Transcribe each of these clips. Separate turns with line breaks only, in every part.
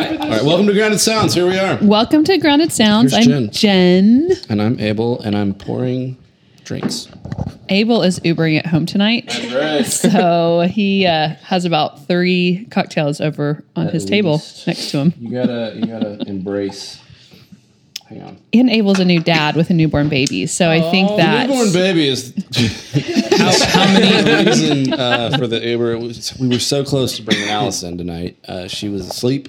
All right, welcome to Grounded Sounds. Here we are.
Welcome to Grounded Sounds.
Here's
I'm Jen.
And I'm Abel, and I'm pouring drinks.
Abel is Ubering it home tonight.
Right.
So he uh, has about three cocktails over on his table
least.
next to him.
You gotta, you gotta embrace. Hang on.
And Abel's a new dad with a newborn baby. So I think that
Oh, Newborn baby is how, how many reason uh, for the Uber. It was- we were so close to bringing Allison tonight. Uh, she was asleep.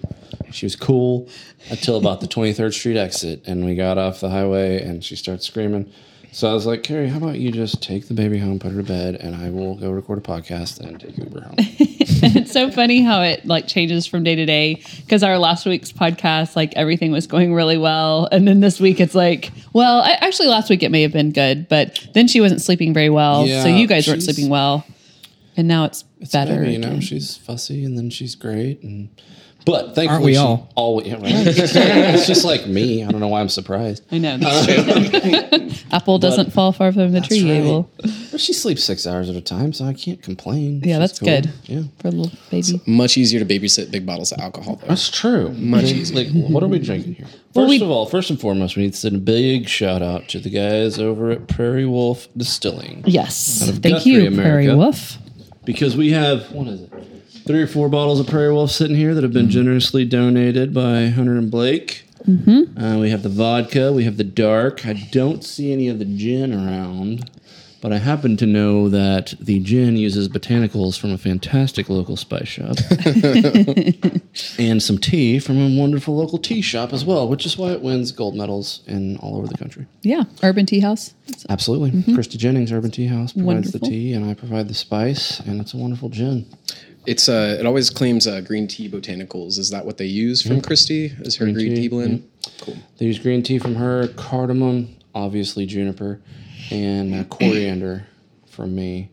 She was cool until about the 23rd Street exit, and we got off the highway, and she starts screaming. So I was like, Carrie, how about you just take the baby home, put her to bed, and I will go record a podcast and take Uber home.
it's so funny how it like changes from day to day. Because our last week's podcast, like everything was going really well, and then this week it's like, well, I, actually last week it may have been good, but then she wasn't sleeping very well, so
Yeah,
you guys weren't
she's-
sleeping well, and now it's, better.
Maybe, you know,
again.
she's fussy and then she's great. And but thankfully,
we
she
all?
alwa- yeah, right. it's just like me. I don't know why I'm surprised.
I know. Apple doesn't fall far from the tree, Abel.
But she sleeps six hours at a time, so I can't complain.
Yeah,
She's
that's good.
Yeah,
For a little baby.
Much easier to babysit big bottles of alcohol, though.
that's true. Much easier. Like, what are we drinking here? First
we-
of all, first and foremost, we need to send a big shout out to the guys over at Prairie Wolf Distilling
Yes.
Out of
Thank
Guthrie,
you,
America.
Prairie Wolf.
because we have what is it? Three or four bottles of Prairie Wolf sitting here that have been generously donated by Hunter and Blake. Mm-hmm. Uh, we have the vodka. We have the dark. I don't see any of the gin around, but I happen to know that the gin uses botanicals from a fantastic local spice shop, and some tea from a wonderful local tea shop as well, which is why it wins gold medals in all over the country.
Yeah. Urban Tea House.
Absolutely, Christy Jennings Urban Tea House provides
Wonderful.
the tea, and I provide the spice, and it's a wonderful gin.
It's uh, it always claims uh, green tea botanicals. Is that what they use from Christie? Is her green,
Mm-hmm. tea,
tea, blend? Cool.
They use green tea from her, cardamom, obviously juniper, and uh, coriander from me.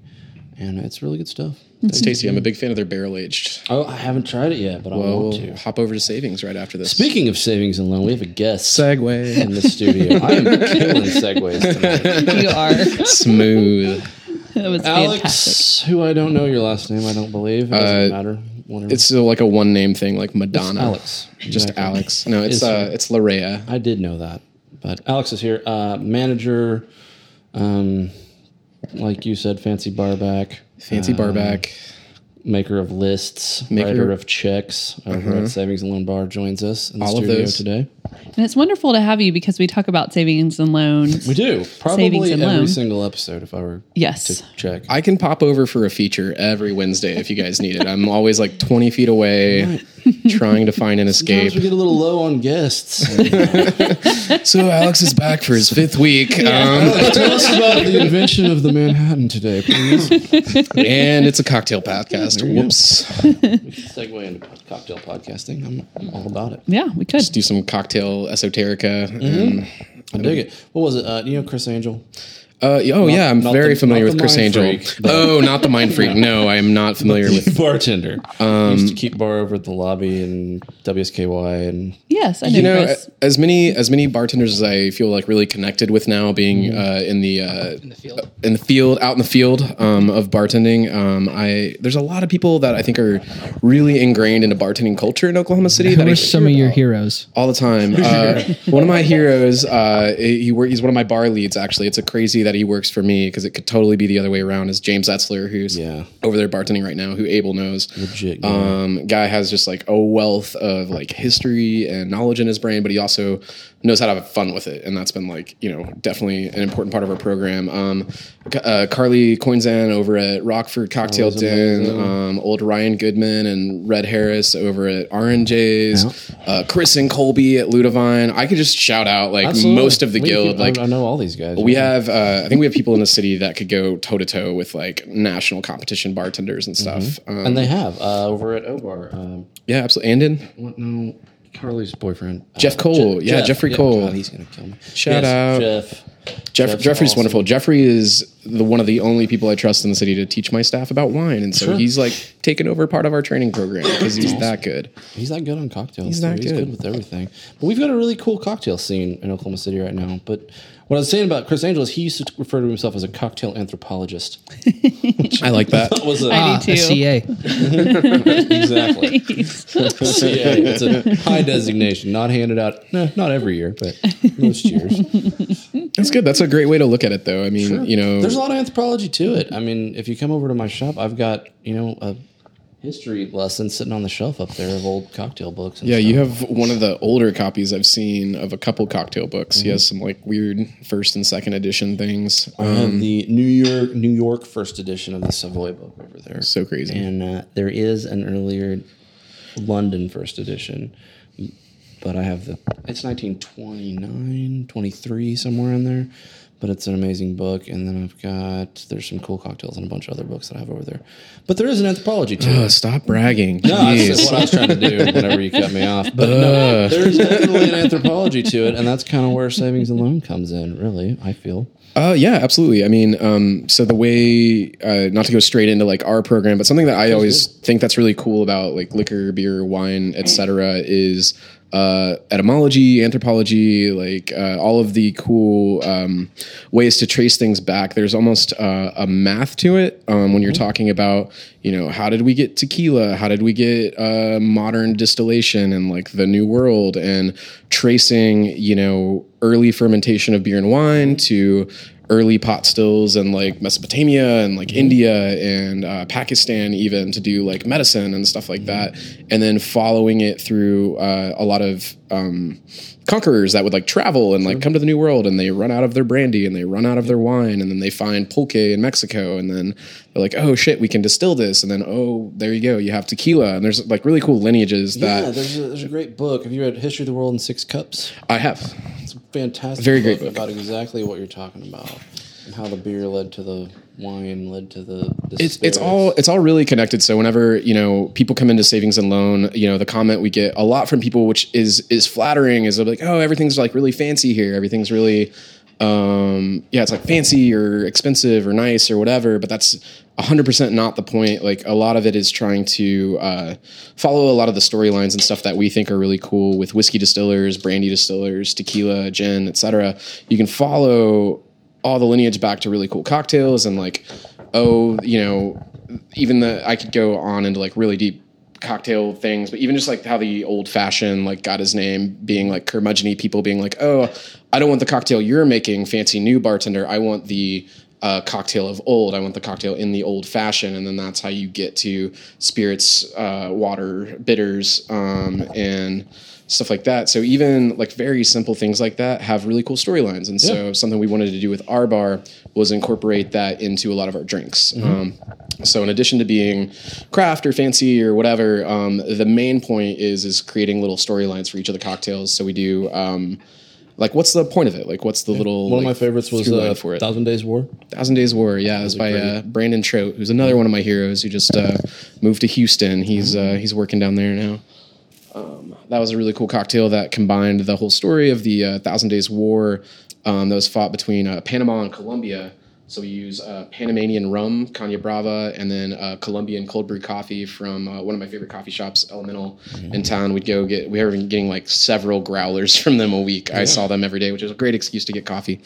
And it's really good stuff.
It's tasty. I'm a big fan of their barrel aged.
Oh, I haven't tried it yet, but Mm-hmm. I
We'll
want to.
hop over to savings right after this.
Speaking of savings and loan, we have a guest
segue.
in the studio. I am killing segues tonight.
You are. That
Smooth.
was fantastic.
Alex, who I don't know your last name, I don't believe. It doesn't
Uh,
matter. Whatever.
It's still like a one name thing, like Madonna.
Alex.
Just
Exactly.
Alex. No, it's
Is-
uh, it's Larea.
I did know that, but Alex is here. Uh, manager, um, like you said, fancy barback.
Fancy
Uh,
barback.
maker of lists,
Maker- Uh-huh.
writer of checks over at Savings and Loan Bar joins us in the
All of
studio
those.
today.
And it's wonderful to have you because we talk about savings and loans.
We do probably
Savings and
every
loan.
single episode if I were
Yes.
check.
I can pop over for a feature every Wednesday if you guys need it. I'm always like 20 feet away, trying to find an escape.
Sometimes we get a little low on guests.
So Alex is back for his fifth week, um,
Tell us about the invention of the Manhattan today, please.
and it's a cocktail podcast. Whoops!
Segue into cocktail podcasting. I'm, I'm all about it.
Yeah, we could.
Do some cocktail esoterica.
Mm-hmm.
and-
I dig it. What was it? Uh, you know, Chris Angel.
uh, oh yeah, I'm
not
very
the-
familiar
not
with
the
Chris
mind
Angel.
freak, but-
oh, not the mind freak. No, I am not familiar with.
Bartender um, used to keep bar over at the lobby in WSKY, and
Yes, I know,
You know, uh,
Chris.
a- as many as many bartenders as I feel like really connected with now, being
Mm-hmm.
uh, in the uh, in the field, in the field, out in the field um, of bartending. Um, I there's a lot of people that I think are really ingrained into bartending culture in Oklahoma City. that
Who
I
are some of your heroes?
all the time. Uh, one of my heroes, uh, he wor- he's one of my bar leads. Actually, it's a crazy that he works for me because it could totally be the other way around. Is James Etzler, who's
Yeah.
over there bartending right now, who Abel knows.
Legit, yeah.
Um, guy has just like a wealth of like history and knowledge in his brain, but he also knows how to have fun with it, and that's been like you know definitely an important part of our program. Um, Ca- uh, Carly Coinzan over at Rockford Cocktail Den, um, old Ryan Goodman and Red Harris over at R and J's, uh, Chris and Colby at Ludovine. I could just shout out like most of the
We-
guild.
I-
Like
I, know all these guys.
we have, uh, I think we have people in the city that could go toe to toe with like national competition bartenders and stuff. Um,
Mm-hmm. and they have uh, over at Obar. Um,
yeah, absolutely. Andon,
What? No, Carly's boyfriend. Uh,
Jeff Cole. Yeah, Jeffrey Cole.
God, he's gonna kill me.
Shout out.
Jeff.
Jeff,
Jeff's
Jeffrey's
awesome.
wonderful. Jeffrey is the one of the only people I trust in the city to teach my staff about wine, and so
Sure.
he's like taken over part of our training program because he's that good.
He's not good on cocktails.
He's
too.
not
He's
good.
good with everything. But we've got a really cool cocktail scene in Oklahoma City right now. But what I was saying about Chris Angel is he used to refer to himself as a cocktail anthropologist.
I like that.
That was a
I
Ah,
do too.
SCA.
exactly. yeah, it's a high designation, not handed out. eh, not every year, but most years.
That's good. That's a great way to look at it, though. I mean, you know,
there's a lot of anthropology to it. I mean, if you come over to my shop, I've got you know a history lesson sitting on the shelf up there of old cocktail books. And
Yeah,
stuff.
you have one of the older copies I've seen of a couple cocktail books.
Mm-hmm.
He has some like weird first and second edition things.
I
Um,
have the New York New York first edition of the Savoy book over there.
so crazy.
and uh, there is an earlier London first edition, but I have the it's 1929, 23 somewhere in there, but it's an amazing book. And then I've got there's some cool cocktails and a bunch of other books that I have over there. But there is an anthropology to
Uh,
it.
stop bragging.
No, that's
Jeez. Uh.
just what I was trying to do whenever you cut me off. But no, there's definitely an anthropology to it, and that's kind of where savings and loan comes in. Really, I feel.
Uh, yeah, absolutely. I mean, um, so the way uh, not to go straight into like our program, but something that I always think that's really cool about like liquor, beer, wine, etc., is uh, etymology, anthropology, like uh, all of the cool um, ways to trace things back. There's almost uh, a math to it um, when you're talking about you know how did we get tequila, how did we get uh, modern distillation, and like the new world, and tracing you know early fermentation of beer and wine to early pot stills and like Mesopotamia and like India and uh, Pakistan even to do like medicine and stuff like that, and then following it through uh, a lot of um, conquerors that would like travel and like come to the New World and they run out of their brandy and they run out of their wine and then they find pulque in Mexico and then they're like oh shit we can distill this and then oh there you go you have tequila and there's like really cool lineages
yeah,
that
there's a, there's a great book. Have you read History of the World in Six Cups?
I have
It's a fantastic,
Very great book.
about exactly what you're talking about and how the beer led to the wine, led to the. the
it's it's
spirits.
all it's all really connected. So whenever you know people come into savings and loan, you know the comment we get a lot from people, which is is flattering, is they're like, oh, everything's like really fancy here, everything's really, um, yeah, it's like fancy or expensive or nice or whatever. But that's hundred percent not the point. Like a lot of it is trying to uh, follow a lot of the storylines and stuff that we think are really cool with whiskey distillers, brandy distillers, tequila, gin, etc. You can follow all the lineage back to really cool cocktails and like oh you know even the i could go on into like really deep cocktail things but even just like how the old fashioned like got his name being like curmudgeony people being like oh i don't want the cocktail you're making fancy new bartender i want the uh, cocktail of old i want the cocktail in the old fashioned and then that's how you get to spirits uh, water bitters um, and stuff like that so even like very simple things like that have really cool storylines and so something we wanted to do with our bar was incorporate that into a lot of our drinks
Mm-hmm.
um, so in addition to being craft or fancy or whatever um, the main point is is creating little storylines for each of the cocktails so we do um, like what's the point of it like what's the little
One of my
like,
favorites was
through line
uh,
for it
Thousand Days War.
Thousand Days War, yeah, it was by uh, Brandon Trout, who's another one of my heroes who just uh, moved to Houston. He's uh, he's working down there now. Um, that was a really cool cocktail that combined the whole story of the uh, Thousand Days War um, that was fought between uh, Panama and Colombia. So we use uh, Panamanian rum, Caña Brava, and then uh, Colombian cold brew coffee from uh, one of my favorite coffee shops, Elemental, in town. We'd go get we were getting like several growlers from them a week. I saw them every day, which is a great excuse to get coffee.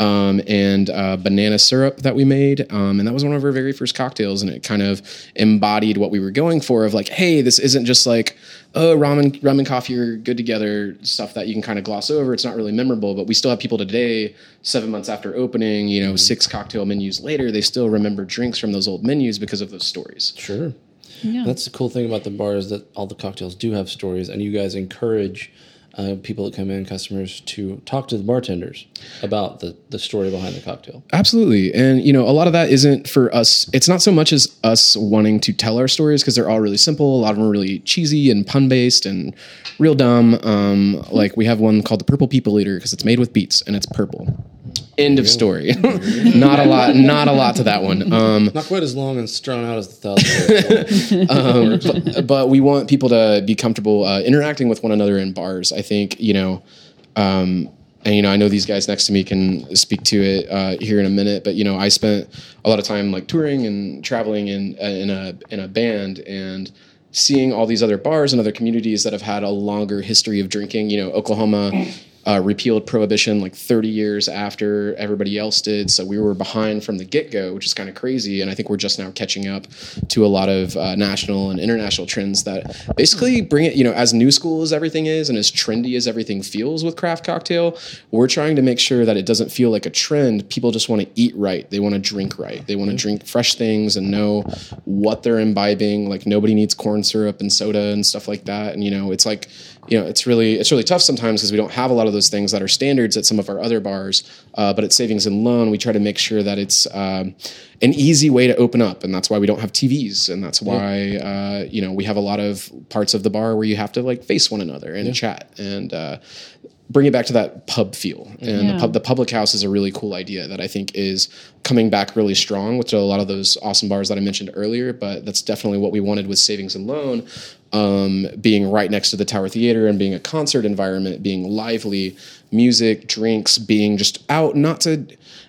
Um, and uh, banana syrup that we made, um, and that was one of our very first cocktails, and it kind of embodied what we were going for. Of like, hey, this isn't just like oh, ramen, ramen, coffee are good together stuff that you can kind of gloss over. It's not really memorable, but we still have people today, seven months after opening, you know, six cocktail menus later, they still remember drinks from those old menus because of those stories.
Sure.
Yeah.
That's the cool thing about the bar is that all the cocktails do have stories, and you guys encourage uh, people that come in, customers, to talk to the bartenders about the, the story behind the cocktail.
Absolutely. And, you know, a lot of that isn't for us. It's not so much as us wanting to tell our stories because they're all really simple. A lot of them are really cheesy and pun based and real dumb. Um, like we have one called the Purple People Eater because it's made with beets and it's purple. End of story. not a lot, not a lot to that one. Um,
Not quite as long and strung out as the Thousand Days War.
Um, but we want people to be comfortable uh, interacting with one another in bars. I think you know, um, and you know I know these guys next to me can speak to it uh, here in a minute. But you know I spent a lot of time like touring and traveling in uh, in a in a band and seeing all these other bars and other communities that have had a longer history of drinking. You know Oklahoma. Uh, repealed prohibition like 30 years after everybody else did. So we were behind from the get go, which is kind of crazy. And I think we're just now catching up to a lot of uh, national and international trends that basically bring it, you know, as new school as everything is and as trendy as everything feels with craft cocktail, we're trying to make sure that it doesn't feel like a trend. People just want to eat right. They want to drink right. They want to drink fresh things and know what they're imbibing. Like nobody needs corn syrup and soda and stuff like that. And, you know, it's like, you know it's really it's really tough sometimes because we don't have a lot of those things that are standards at some of our other bars uh, but at savings and loan we try to make sure that it's um, an easy way to open up and that's why we don't have tvs and that's why uh, you know we have a lot of parts of the bar where you have to like face one another and chat and uh, bring it back to that pub feel and
Yeah.
the, pub, the public house is a really cool idea that i think is coming back really strong with a lot of those awesome bars that i mentioned earlier but that's definitely what we wanted with savings and loan um, being right next to the tower theater and being a concert environment being lively music drinks being just out not to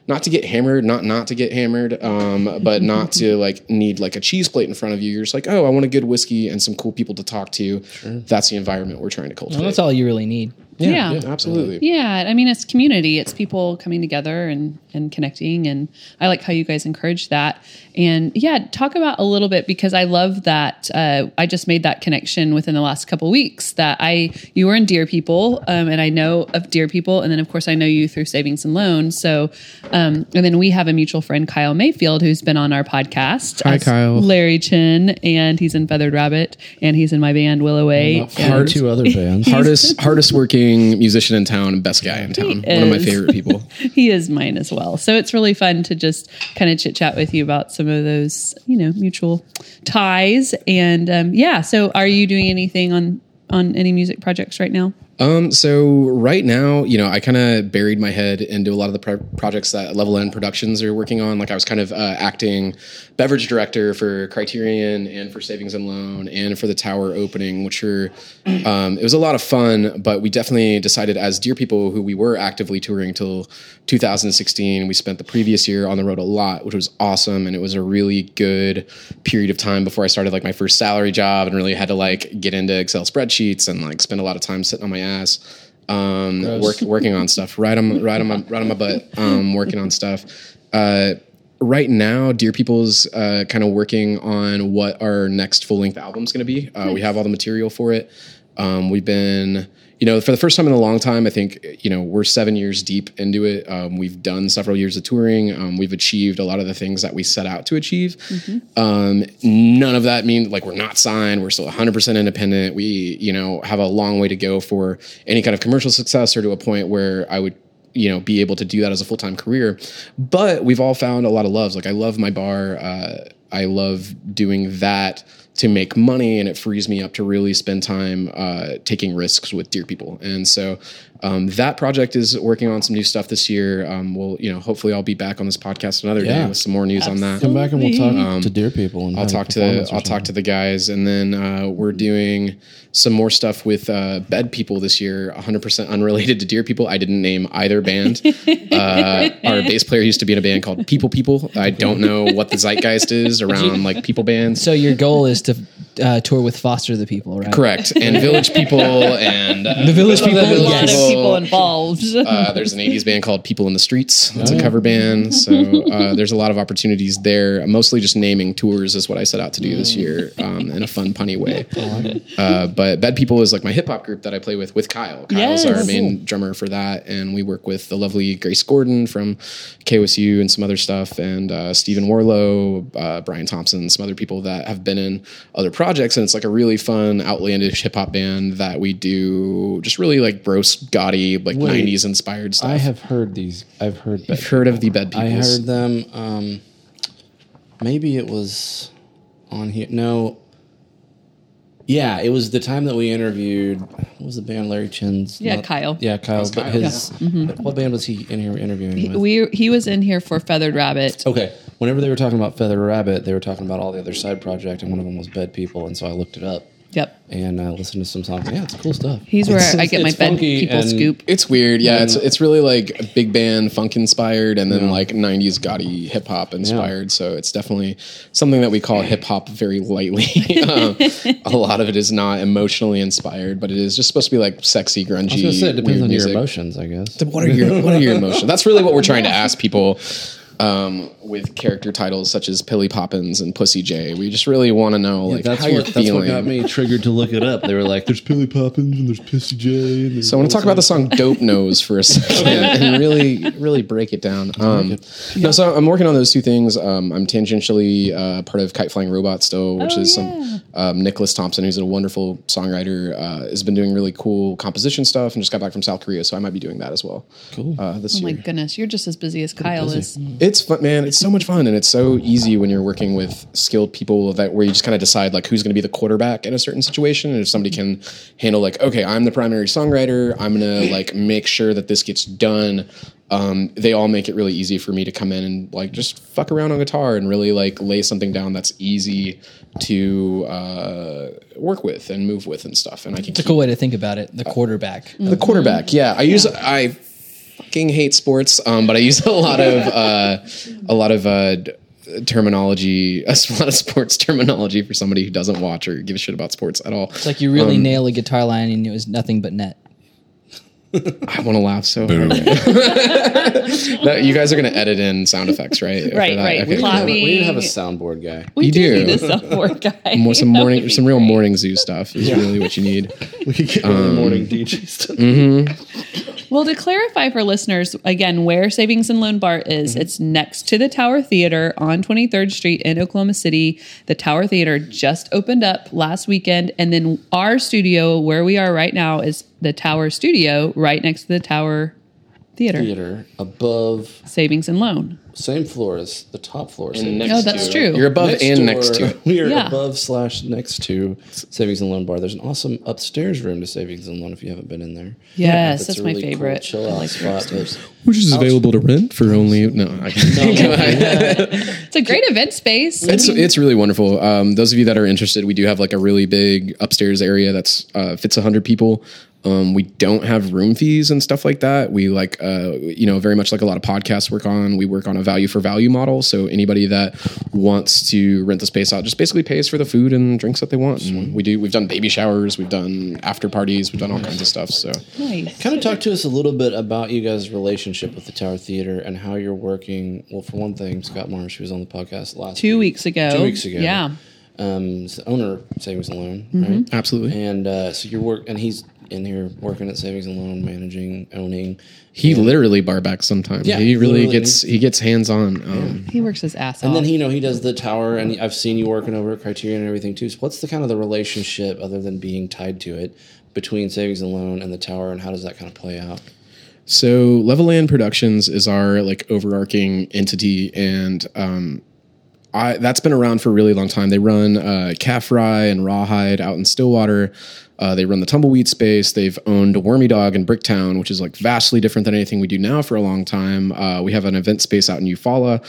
not to get hammered not not to get hammered um, but not to like need like a cheese plate in front of you you're just like oh i want a good whiskey and some cool people to talk to that's the environment we're trying to cultivate
Well, that's all you really need.
Yeah. yeah.
absolutely
I mean, it's community. It's people coming together and, and connecting. And I like how you guys encourage that. And yeah, talk about a little bit because I love that. Uh, I just made that connection within the last couple weeks that I, you were in Dear People, um, and I know of Dear People. And then, of course, I know you through Savings and Loans. So, um, and then we have a mutual friend, Kyle Mayfield, who's been on our podcast.
Hi,
as
Kyle.
Larry Chin, and he's in Feathered Rabbit, and he's in my band, Willow Eight.
Hard two other bands.
hardest hardest working musician in town and best guy in town. One of my
is.
favorite people.
he is mine as well. So it's really fun to just kind of chit chat with you about some of those, you know, mutual ties. And um, yeah, so are you doing anything on on any music projects right now?
Um, so right now, you know, I kind of buried my head into a lot of the pro- projects that Level N Productions are working on. Like I was kind of uh, acting beverage director for Criterion and for Savings and Loan and for the Tower opening, which are um, it was a lot of fun. But we definitely decided as Dear People, who we were actively touring till 2016, we spent the previous year on the road a lot, which was awesome, and it was a really good period of time before I started like my first salary job and really had to like get into Excel spreadsheets and like spend a lot of time sitting on my ass, um, work, working on stuff, right on right on my right on my butt, um, working on stuff. Uh, right now, Dear People's uh, kind of working on what our next full length album's going to be. Uh, We have all the material for it. Um, we've been, you know, for the first time in a long time, I think, you know, we're seven years deep into it. Um, we've done several years of touring. Um, we've achieved a lot of the things that we set out to achieve. Um, none of that means like we're not signed. We're still 100% independent. We, you know, have a long way to go for any kind of commercial success or to a point where I would you know be able to do that as a full-time career but we've all found a lot of loves like i love my bar uh, i love doing that to make money and it frees me up to really spend time uh, taking risks with dear people and so um, that project is working on some new stuff this year um, we'll you know hopefully i'll be back on this podcast another day
Yeah.
with some more news on that
Come back and we'll talk to dear people. And
I'll talk to I'll talk to the guys, and then uh, we're doing some more stuff with uh, Bed People this year. 100 percent unrelated to Deer People. I didn't name either band. uh, our bass player used to be in a band called People People. I don't know what the zeitgeist is around like people bands.
So your goal is to uh, tour with Foster the People, right?
Correct, and Village People, and uh,
The Village People.
A lot
yes.
of people involved.
Uh, there's an 80s band called People in the Streets. That's a cover band. So uh, there's a lot of opportunities there. Mostly just naming tours is what I set out to do this year um, in a fun, punny way. Uh, but Bad People is like my hip hop group that I play with with Kyle.
Yes.
Kyle's our main drummer for that. And we work with the lovely Grace Gordon from KOSU and some other stuff, and uh, Stephen Warlow, uh, Brian Thompson, some other people that have been in other projects. And it's like a really fun, outlandish hip hop band that we do just really like gross, gaudy, like
Wait.
90s inspired stuff.
I have heard these. I've heard. Bed
I've heard of the Bed
I
Peoples.
heard them. Um, maybe it was on here. No. Yeah, it was the time that we interviewed. What was the band Larry Chin's?
Yeah,
not-
Kyle.
Yeah, Kyle. But
Kyle,
his what band was he in here interviewing with?
we he was in here for Feathered Rabbit.
Okay. Whenever they were talking about Feather Rabbit, they were talking about all the other side project, and one of them was Bed People, and so I looked it up.
Yep.
and uh, listen to some songs. Yeah, it's cool stuff.
He's where
It's-
I get my
it's
bed
funky
people
and-
scoop.
It's weird, yeah. It's it's really like big band funk inspired, and then like '90s gaudy hip hop inspired. So it's definitely something that we call hip hop very lightly. um, a lot of it is not emotionally inspired, but it is just supposed to be like sexy, grungy.
I was gonna say it depends
weird
on
music.
your emotions, I guess.
What are your What are your emotions? That's really what we're trying to ask people um, with character titles such as Pilly Poppins and Pussy J. We just really want to know like
that's
how you're
what that's what
feeling.
got me triggered to look it up. They were like, "There's Pilly Poppins and there's Pissy J." And there's
So I want to talk about the song "Dope Nose" for a second and really, really break it down. Um, No, so I'm working on those two things. Um, I'm tangentially uh, part of Kite Flying Robot still, which
Oh,
is
yeah.
some um, Nicholas Thompson, who's a wonderful songwriter, uh, has been doing really cool composition stuff and just got back from South Korea. So I might be doing that as well.
Cool.
Uh, this
Oh my
year.
goodness, you're just as busy as Kyle is.
It's fun, man. It's so much fun, and it's so easy when you're working with skilled people that where you just kind of decide like who's going to be the quarterback in a certain situation, and if somebody can handle like, okay, I'm the primary songwriter, I'm gonna like make sure that this gets done. Um, they all make it really easy for me to come in and like just fuck around on guitar and really like lay something down that's easy to uh, work with and move with and stuff. And I can
It's a cool way to think about it. The quarterback.
the quarterback. Yeah, I use I fucking hate sports, um, but I use a lot of uh, a lot of uh, d- terminology, a s- lot of sports terminology for somebody who doesn't watch or give a shit about sports at all. Um,
It's like you really nail a guitar line and it was nothing but net.
I want to laugh so hard. That- you guys are gonna edit in sound effects, right? After
Right,
that?
right.
Okay,
We
Clapping.
need to have a soundboard guy.
We
You
do,
do.
need a sophomore guy.
More some
That
morning,
would
some
be
real
great.
morning zoo stuff is really what you need.
We could get one of the morning DJs. To-
Well, to clarify for listeners again, where Savings and Loan Bar is,
Mm-hmm.
it's next to the Tower Theater on 23rd Street in Oklahoma City. The Tower Theater just opened up last weekend, and then our studio, where we are right now, is the Tower Studio right next to the Tower Theater.
Theater above,
Savings and Loan.
same floor as the top floor. is
And
savings.
No, that's
to-
true.
You're above and
door-
next to. it.
we are
Yeah.
above slash next to savings and loan bar. There's an awesome upstairs room to savings and loan if you haven't been in there.
Yes,
It's
that's
a
my
really cool
favorite.
chill out spot. but-
Which is available to rent for only no. I
It's a great event space.
It's it's really wonderful. Um, those of you that are interested, we do have like a really big upstairs area that's uh, fits hundred people. Um, we don't have room fees and stuff like that. We like uh, you know very much like a lot of podcasts work on. We work on a value for value model. So anybody that wants to rent the space out just basically pays for the food and drinks that they want. And we do. We've done baby showers. We've done after parties. We've done all kinds of stuff. So
nice.
Kind of talk to us a little bit about you guys' relationship with the Tower Theater and how you're working. Well, for one thing, Scott Marsh, who was on the podcast last
Two weeks ago.
two weeks ago,
Oh, Yeah.
um, he's the owner of Savings and Loan, right?
absolutely,
And uh, so you're work, and he's in here working at Savings and Loan, managing, owning.
he literally bar backs sometimes.
Yeah,
he really
literally.
gets he gets hands on. Um,
He works his ass off.
And then he, you know, he does the tower, and I've seen you working over at Criterion and everything too. So, what's the kind of the relationship other than being tied to it between savings and loan and the tower, and how does that kind of play out?
So Level Land Productions is our like overarching entity, and um, I, that's been around for a really long time. They run uh, Calf Rye and Rawhide out in Stillwater. Uh, they run the Tumbleweed space. They've owned Wormy Dog in Bricktown, which is like vastly different than anything we do now for a long time. Uh, we have an event space out in Eufaula.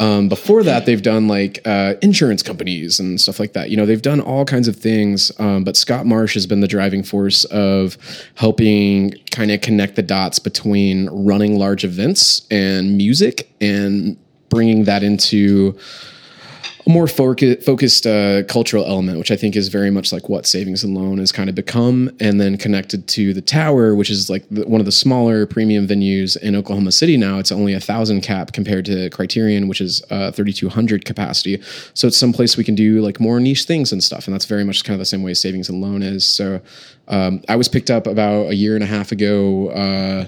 Um, before that, they've done like uh, insurance companies and stuff like that. You know, they've done all kinds of things. Um, but Scott Marsh has been the driving force of helping kind of connect the dots between running large events and music and bringing that into a more focu- focused uh, cultural element, which I think is very much like what savings and loan has kind of become, and then connected to the tower, which is like the, one of the smaller premium venues in Oklahoma City now. It's only a thousand cap compared to Criterion, which is uh, thirty two hundred capacity. So it's some place we can do like more niche things and stuff, and that's very much kind of the same way savings and loan is. So um, I was picked up about a year and a half ago. Uh,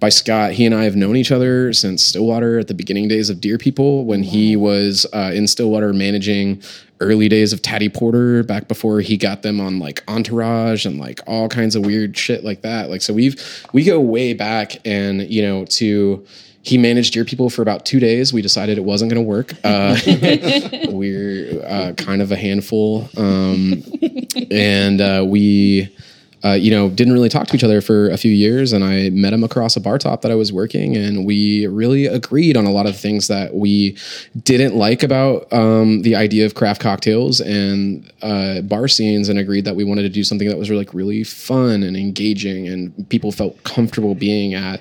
by Scott. He and I have known each other since Stillwater at the beginning days of Deer People when he was uh, in Stillwater managing early days of Taddy Porter back before he got them on like Entourage and like all kinds of weird shit like that. Like so we've we go way back and you know to he managed Deer People for about two days. We decided it wasn't going to work. Uh, we're uh, kind of a handful, um, and uh, we uh, you know, didn't really talk to each other for a few years. And I met him across a bar top that I was working, and we really agreed on a lot of things that we didn't like about um, the idea of craft cocktails and uh, bar scenes, and agreed that we wanted to do something that was really, like really fun and engaging, and people felt comfortable being at.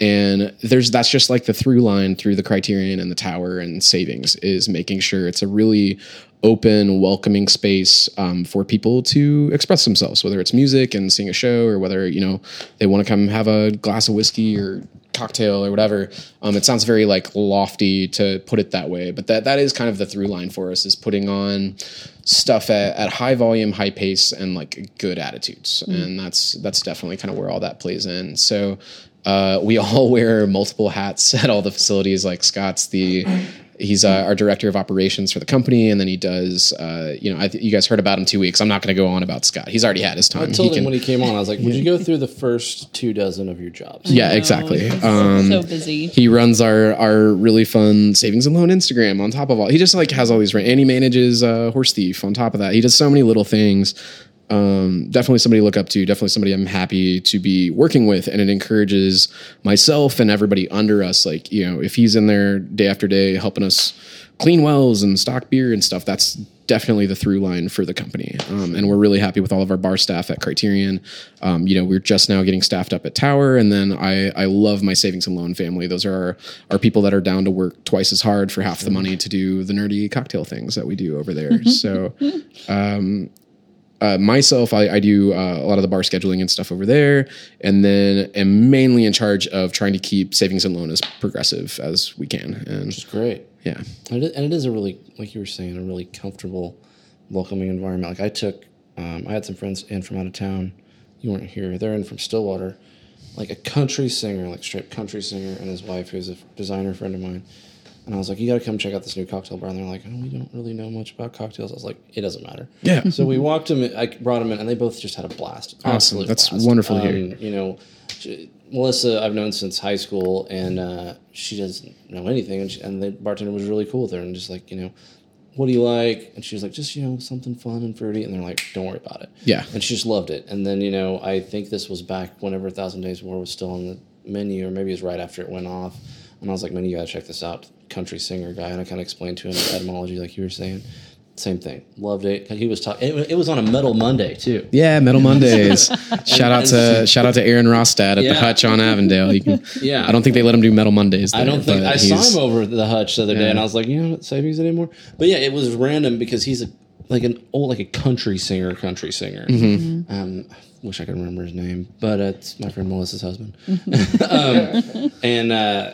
And there's that's just like the through line through the Criterion and the Tower and Savings is making sure it's a really open, welcoming space um, for people to express themselves, whether it's music and seeing a show or whether, you know, they want to come have a glass of whiskey or cocktail or whatever. Um, it sounds very like lofty to put it that way, but that, that is kind of the through line for us is putting on stuff at, at high volume, high pace and like good attitudes. And that's, that's definitely kind of where all that plays in. So uh, we all wear multiple hats at all the facilities. Like Scott's the he's uh, our director of operations for the company, and then he does uh, you know I th- you guys heard about him two weeks. I'm not going to go on about Scott. He's already had his time.
I told
He
him
can-
when he came on, I was like, "Would you go through the first two dozen of your jobs?"
yeah, exactly. Um,
so busy.
he runs our our really fun savings and loan Instagram. On top of all, he just like has all these. And he manages uh, Horse Thief. On top of that, he does so many little things. Um, definitely somebody to look up to. Definitely somebody I'm happy to be working with, and it encourages myself and everybody under us. Like you know, if he's in there day after day helping us clean wells and stock beer and stuff, that's definitely the through line for the company. Um, and we're really happy with all of our bar staff at Criterion. Um, you know, we're just now getting staffed up at Tower. And then I, I love my savings and loan family. Those are our, our people that are down to work twice as hard for half the money to do the nerdy cocktail things that we do over there. so uh, myself, I, I do uh, a lot of the bar scheduling and stuff over there, and then am mainly in charge of trying to keep savings and loan as progressive as we can. And
It's great.
yeah,
And it, and it is a really, like you were saying, a really comfortable, welcoming environment. Like I took, um, I had some friends in from out of town. You weren't here. They're in from Stillwater. Like a country singer, like straight country singer, and his wife, who's a designer friend of mine. And I was like, "You got to come check out this new cocktail bar." And they're like, oh, "We don't really know much about cocktails." I was like, "It doesn't matter."
Yeah.
So we walked them. I brought them in, and they both just had a blast. Absolute
That's wonderful to hear.
Um, You know, she- Melissa, I've known since high school, and uh, she doesn't know anything. And, she, and the bartender was really cool with her, and just like, you know, what do you like? And she was like, just you know, something fun and fruity. And they're like, don't worry about it.
Yeah.
And she just loved it. And then you know, I think this was back whenever Thousand Days of War was still on the menu, or maybe it was right after it went off. And I was like, man, you gotta check this out, country singer guy. And I kind of explained to him the etymology, like you were saying. Same thing. Loved it. He was talking. It, it was on a Metal Monday too.
yeah, Metal Mondays. shout out to shout out to Aaron Rostad at the
Yeah.
Hutch on Avondale. You can,
Yeah.
I don't think they let him do Metal Mondays.
I don't think I saw him
over.
over at the Hutch the other day, and I was like, you know, not savings anymore. But yeah, it was random because he's a like an old like a country singer, country singer. Um, I wish I could remember his name, but uh, it's my friend Melissa's husband. um, and uh,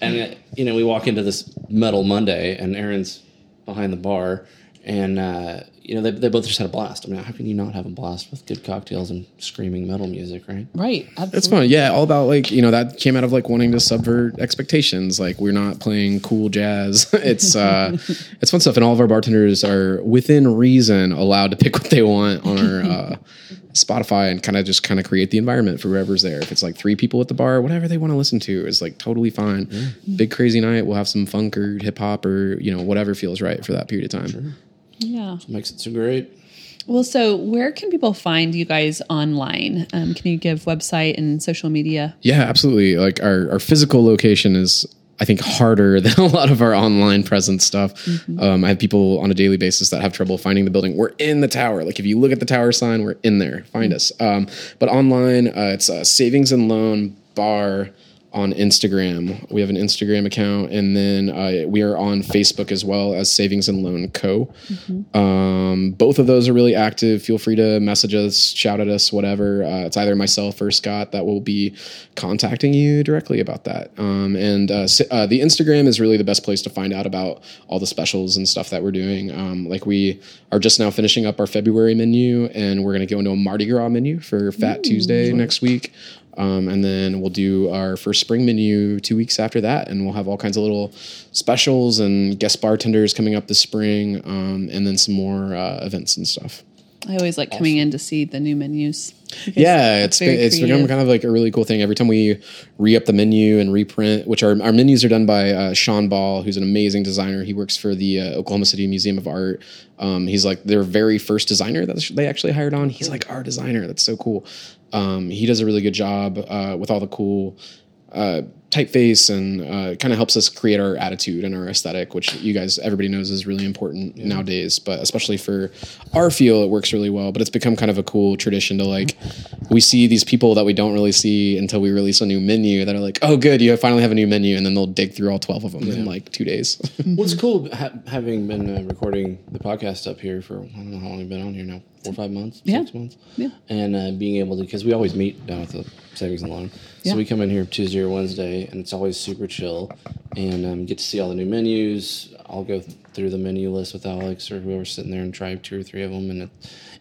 and uh, you know, we walk into this Metal Monday, and Aaron's behind the bar, and uh, you know, they, they both just had a blast. I mean, how can you not have a blast with good cocktails and screaming metal music, right?
Right.
It's fun. Yeah, all about like, you know, that came out of like wanting to subvert expectations. Like we're not playing cool jazz. it's uh it's fun stuff and all of our bartenders are within reason allowed to pick what they want on our uh Spotify and kind of just kind of create the environment for whoever's there. If it's like three people at the bar, whatever they want to listen to is like totally fine. Big crazy night, we'll have some funk or hip hop or, you know, whatever feels right for that period of time.
Yeah.
Makes it so great.
Well, so where can people find you guys online? Um, can you give website and social media?
Yeah, absolutely. Like our, our physical location is, I think, harder than a lot of our online presence stuff. Um, I have people on a daily basis that have trouble finding the building. We're in the tower. Like if you look at the tower sign, we're in there. Find us. Um, but online, uh, it's uh, savings and loan bar on Instagram. We have an Instagram account, and then uh, we are on Facebook as well as Savings and Loan Co. Um, both of those are really active. Feel free to message us, shout at us, whatever. Uh, it's either myself or Scott that will be contacting you directly about that. Um, and uh, si- uh, the Instagram is really the best place to find out about all the specials and stuff that we're doing. Um, like we are just now finishing up our February menu, and we're going to go into a Mardi Gras menu for Fat Tuesday next week. Um, and then we'll do our first spring menu two weeks after that, and we'll have all kinds of little specials and guest bartenders coming up this spring, um, and then some more uh, events and stuff.
I always like coming in to see the new menus.
yeah, it's
very
be- it's become
creative.
kind of like a really cool thing. Every time we re up the menu and reprint, which our, our menus are done by uh, Sean Ball, who's an amazing designer. He works for the uh, Oklahoma City Museum of Art. Um, he's like their very first designer that they actually hired on. He's like our designer. That's so cool. Um, he does a really good job uh, with all the cool uh, typeface and uh, kind of helps us create our attitude and our aesthetic, which you guys, everybody knows is really important nowadays. But especially for our feel, it works really well. But it's become kind of a cool tradition to like, we see these people that we don't really see until we release a new menu that are like, oh, good, you finally have a new menu. And then they'll dig through all 12 of them in like two days.
What's
Mm-hmm.
cool ha- having been uh, recording the podcast up here for I don't know how long we've been on here now four or five months
Yeah.
six months
Yeah.
and uh, being able to because we always meet down at the savings and loan
Yeah.
so we come in here Tuesday or Wednesday and it's always super chill and um, get to see all the new menus I'll go th- through the menu list with Alex or whoever's sitting there and try two or three of them and it,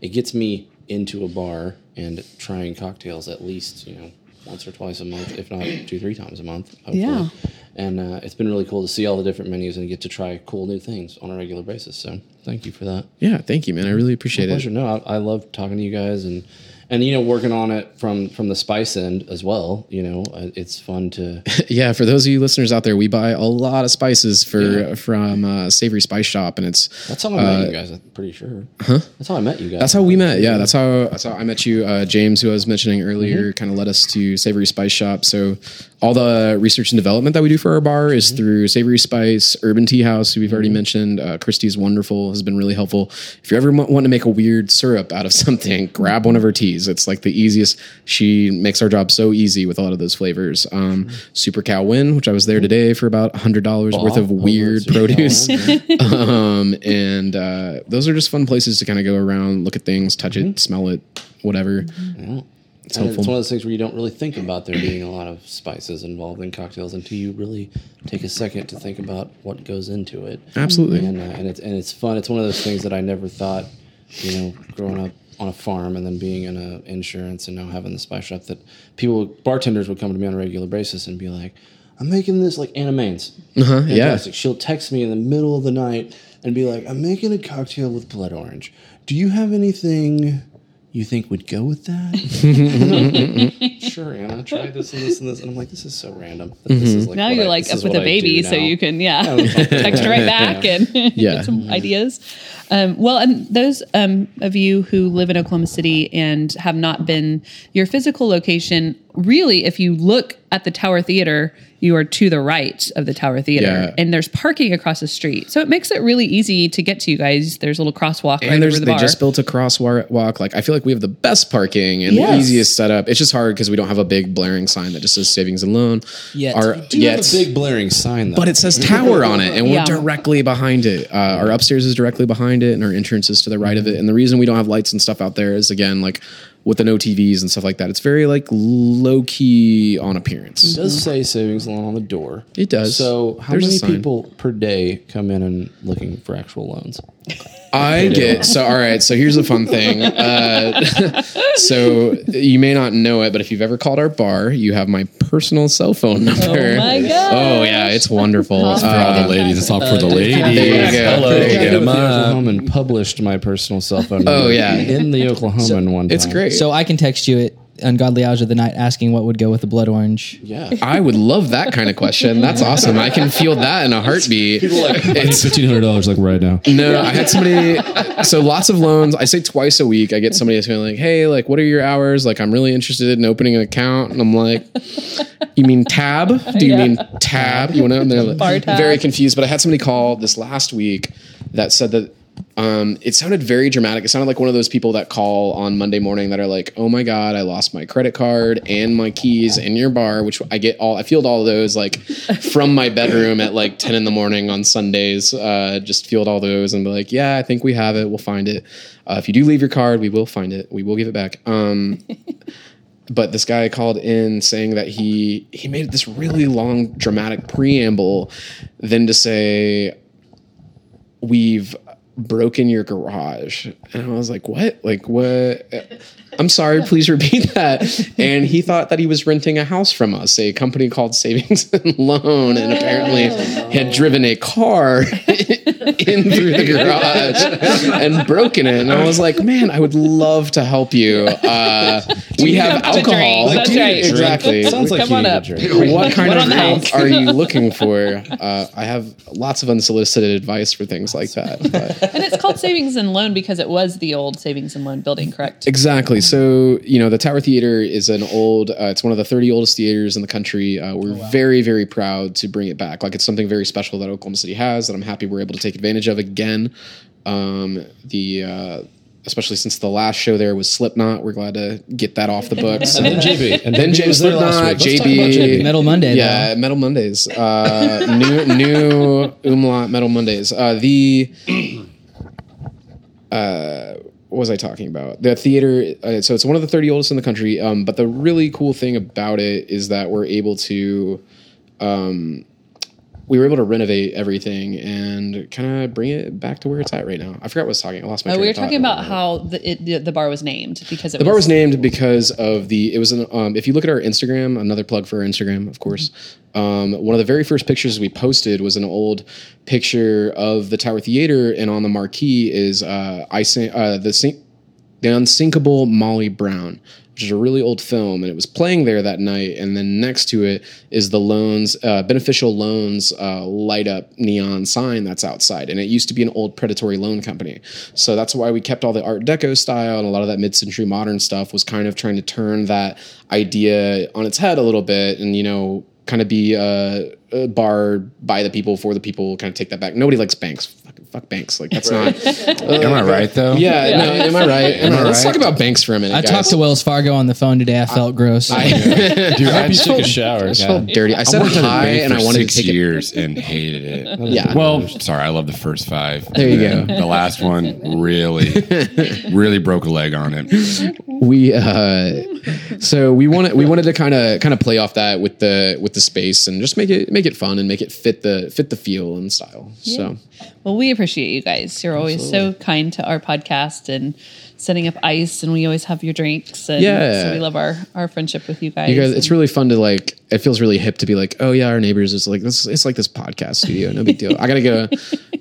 it gets me into a bar and trying cocktails at least you know once or twice a month if not two three times a month hopefully.
Yeah.
And uh, it's been really cool to see all the different menus and get to try cool new things on a regular basis. So thank you for that.
yeah, thank you, man. I really appreciate
Pleasure. No, I, I love talking to you guys and and you know working on it from from the spice end as well. You know, uh, it's fun to
yeah, for those of you listeners out there, we buy a lot of spices for from uh, Savory Spice Shop, and it's
That's how I met you guys. I'm pretty sure. Huh? That's how I met you guys.
Uh, That's how we met. Yeah, that's how that's how I met you, uh, James, who I was mentioning earlier. Kind of led us to Savory Spice Shop. So all the research and development that we do for our bar is through Savory Spice, Urban Tea House, who we've already mentioned. Uh, Christie's Wonderful has been really helpful. If you ever mo- want to make a weird syrup out of something, grab one of her teas. It's like the easiest. She makes our job so easy with a lot of those flavors. Um, Super Cow Win, which I was there today for about hundred dollars worth of
Wow.
weird
Super
produce
talented.
um, and uh, those are just fun places to kind of go around, look at things, touch
Mm-hmm.
it, smell it, whatever.
It's,
helpful.
it's one of those things where you don't really think about there being a lot of spices involved in cocktails until you really take a second to think about what goes into it.
Absolutely.
And, uh, and it's and it's fun. It's one of those things that I never thought, you know, growing up on a farm and then being in a insurance and now having the spice shop that people bartenders would come to me on a regular basis and be like, "I'm making this like Anna Maines."
Uh-huh, yeah.
Fantastic. She'll text me in the middle of the night and be like, "I'm making a cocktail with blood orange. Do you have anything?" You think would go with that? sure, Anna. Try this and this and this, and I'm like, this is so random. that This is like
Now
what
you're
I-
like
this
up
is
with
what
a
I do
baby, so
now.
you can yeah
Yeah.
text right back and
Oh. Yeah. Mm-hmm.
get some ideas. Um, well, and those um, of you who live in Oklahoma City and have not been, your physical location really, if you look at the Tower Theater, you are to the right of the Tower Theater,
Yeah.
and there's parking across the street, so it makes it really easy to get to you guys. There's a little crosswalk right
And
over
there's
the
they
bar.
just built a crosswalk. Like I feel like we have the best parking and the
Yes.
easiest setup. It's just hard because we don't have a big blaring sign that just says savings and loan.
Yet.
our
We
Do you
yet-
have a big blaring sign though?
but it says tower on it, and we're
Yeah.
directly behind it. Uh, our upstairs is directly behind it, and our entrance is to the right of it. And the reason we don't have lights and stuff out there is again like with the no TVs and stuff like that. It's very like low key on appearance.
does say savings loan on the door.
It does.
So how
There's a sign.
many people per day come in and looking for actual loans?
I get so. All right, so here's a fun thing. Uh, so you may not know it, but if you've ever called our bar, you have my personal cell phone number.
Oh my gosh.
Oh yeah, it's wonderful.
all the
Uh,
ladies. It's all for the
there you
ladies.
go. There you go.
I
Get 'em
with the
up.
Oklahoman published my personal cell phone. Number
yeah.
in the Oklahoman one.
It's
time.
great.
So I can text you at ungodly hours of the night asking what would go with the blood orange.
Yeah.
I would love that kind of question. That's awesome. I can feel that in a heartbeat. It's
Fifteen hundred dollars, like right now.
No, I had somebody. So lots of loans. I say twice a week. I get somebody that's going like, "Hey, like, what are your hours? Like, I'm really interested in opening an account." And I'm like, "You mean tab? Do you mean tab? You want to?" And they're
Bar
like,
tab.
very confused. But I had somebody call this last week that said that um, it sounded very dramatic. It sounded like one of those people that call on Monday morning that are like, "Oh my god, I lost my credit card and my keys in your bar," which I get all. I field all those like from my bedroom at like ten in the morning on Sundays. Uh, just field all those and be like, "Yeah, I think we have it. We'll find it. Uh, if you do leave your card, we will find it. We will give it back." Um, but this guy called in saying that he he made this really long dramatic preamble then to say we've broken your garage and i was like what like what i'm sorry please repeat that and he thought that he was renting a house from us a company called savings and loan and apparently had driven a car in through the garage and broken it. And I was like, man, I would love to help you. Uh, we have
have a drink?
alcohol.
That's
Do you-
right.
Exactly.
Sounds like
Come
you
on
need
up.
a drink.
what kind
What
of
on the
help
house?
are you looking for? Uh, I have lots of unsolicited advice for things like that. But.
And it's called Savings and Loan because it was the old Savings and Loan building, correct?
Exactly. So you know, the Tower Theater is an old. Uh, it's one of the thirty oldest theaters in the country. Uh, we're very, very proud to bring it back. Like it's something very special that Oklahoma City has that I'm happy we're able to take advantage of again. Um, the uh, especially since the last show there was Slipknot, we're glad to get that off the books.
And then JB. And
Then
JB
James
was there last
Slipknot,
week. Let's talk about
JB.
Metal Monday.
Yeah, Metal Mondays. Uh, new new umlaut Metal Mondays. Uh, the uh, what was I talking about? The theater. Uh, so it's one of the thirty oldest in the country. Um, but the really cool thing about it is that we're able to. Um, we were able to renovate everything and kind of bring it back to where it's at right now. I forgot what I was talking. I lost my.
Uh,
train
we were
of thought
talking
for a
about
minute.
how the, it, the, the bar was named because it
The bar was named because of the. It was an. Um, if you look at our Instagram, another plug for our Instagram, of course. Um, one of the very first pictures we posted was an old picture of the Tower Theater, and on the marquee is uh, I sing, uh, the sing, the unsinkable Molly Brown, which is a really old film, and it was playing there that night. And then next to it is the loans uh, beneficial loans uh, light up neon sign that's outside, and it used to be an old predatory loan company. So that's why we kept all the Art Deco style and a lot of that mid century modern stuff was kind of trying to turn that idea on its head a little bit, and you know. Kind of be a, a bar by the people for the people. Kind of take that back. Nobody likes banks. Fuck, fuck banks. Like that's not.
Am I right though?
Yeah, no, am I right? Am I right? Let's
right?
talk about banks for a minute.
I
guys.
talked to Wells Fargo on the phone today. I felt gross.
Dude, I hope you took a shower.
I
God.
felt dirty. I said
worked at a
hi,
bank
and I
for
wanted
six
to take it.
years and hated it.
Yeah.
Well, sorry, I love the first five.
There you
And
go.
The last one really, really broke a leg on it.
we uh so we wanted we wanted to kind of kind of play off that with the with the space and just make it make it fun and make it fit the fit the feel and style. So
Well, we appreciate you guys. You're always so kind to our podcast and setting up ice, and we always have your drinks. And
Yeah.
so we love our, our friendship with you guys.
you guys, it's really fun to like. It feels really hip to be like, oh yeah, our neighbors is like this. It's like this podcast studio. No big deal. I gotta go.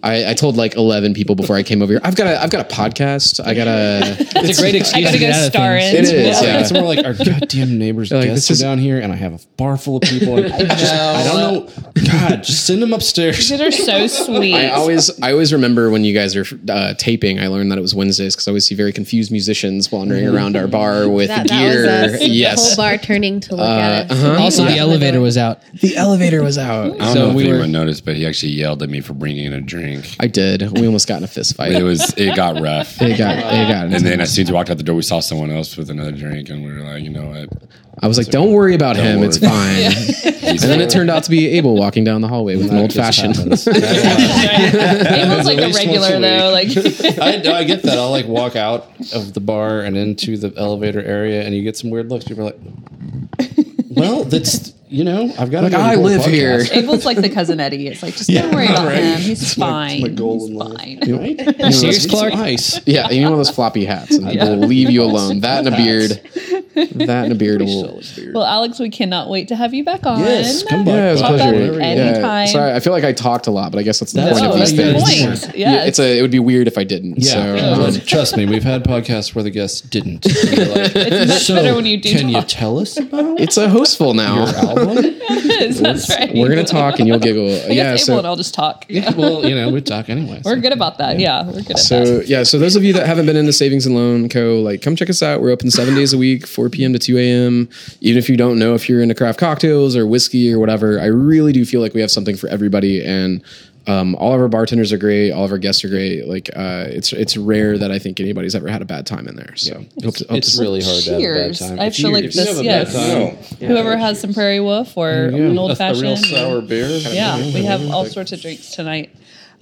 I, I told like eleven people before I came over here. I've got a I've got a podcast. I gotta.
it's a great excuse.
I gotta
to
go
get out of
star
things.
in.
It is, yeah.
It's more like our goddamn neighbors'
like,
guests
this is-
are down here, and I have a bar full of people. I, just, I don't know. God, just send them upstairs.
They're so sweet.
I always I always remember when you guys are uh, taping. I learned that it was Wednesdays because I always see very confused musicians wandering around our bar with
That, that
gear.
was us. The whole
yes,
bar turning to look
Uh,
at
uh-huh.
us.
Also, the elevator was out.
the elevator was out.
I don't
So
know if
we were-
anyone noticed, but he actually yelled at me for bringing in a drink.
I did. We almost got in a fist fight.
It was it got rough.
It got, it got
And then as soon as we walked out the door, we saw someone else with another drink, and we were like, you know what?
I was like, "Don't worry about him. It's
worry.
fine."
He's
And then it
fine.
turned out to be Abel walking down the hallway with an old fashioned.
Abel's like a
least once
regular
a
though. Like
I, no, I get that. I'll like walk out of the bar and into the elevator area, and you get some weird looks. People are like, "Well, that's you know, I've got. to
Like,
go
I
do a
live
podcast."
here.
Abel's like the cousin Eddie. It's like just don't worry about him. He's fine. He's fine.
Right? You know,
serious,
some
Clark?
Ice.
Yeah, you know those floppy hats, and people will leave you alone. That and a beard. That and a beard will.
Well, Alex, we cannot wait to have you back on.
Yes, come back.
Yeah, it was a
Pop
up
pleasure. Yeah.
anytime.
Sorry, I feel like I talked a lot, but I guess that's the
That's
point
Oh,
of
that's
these
what you
the
guys
things.
do.
point. Yeah,
It's a. It would be weird if I didn't.
Yeah,
So,
um, trust me, we've had podcasts where the guests didn't. You're like,
much
so
better when you do
Can you
talk."
tell us about
It's a hostful now.
your album?
it is. That's right.
We're gonna talk and you'll giggle.
I guess
Yeah.
Abel and
So,
I'll just talk.
Yeah, well, you know, we talk anyway.
We're good about that. Yeah, we're good at that.
so yeah. So those of you that haven't been into Savings and Loan Co, like come check us out. We're open seven days a week, 4 p.m. to 2 a.m. Even if you don't know if you're into craft cocktails or whiskey or whatever, I really do feel like we have something for everybody and. Um, all of our bartenders are great. All of our guests are great. Like uh, it's it's rare that I think anybody's ever had a bad time in there. So hope to- hope to-
It's really hard to have a bad
Cheers.
time.
I
If
feel
you-
like
if you
this-
have a
yes.
bad time,
Oh,
Whoever has some prairie wolf or an old
a real
fashioned,
sour beer.
yeah, we have all sorts of drinks tonight.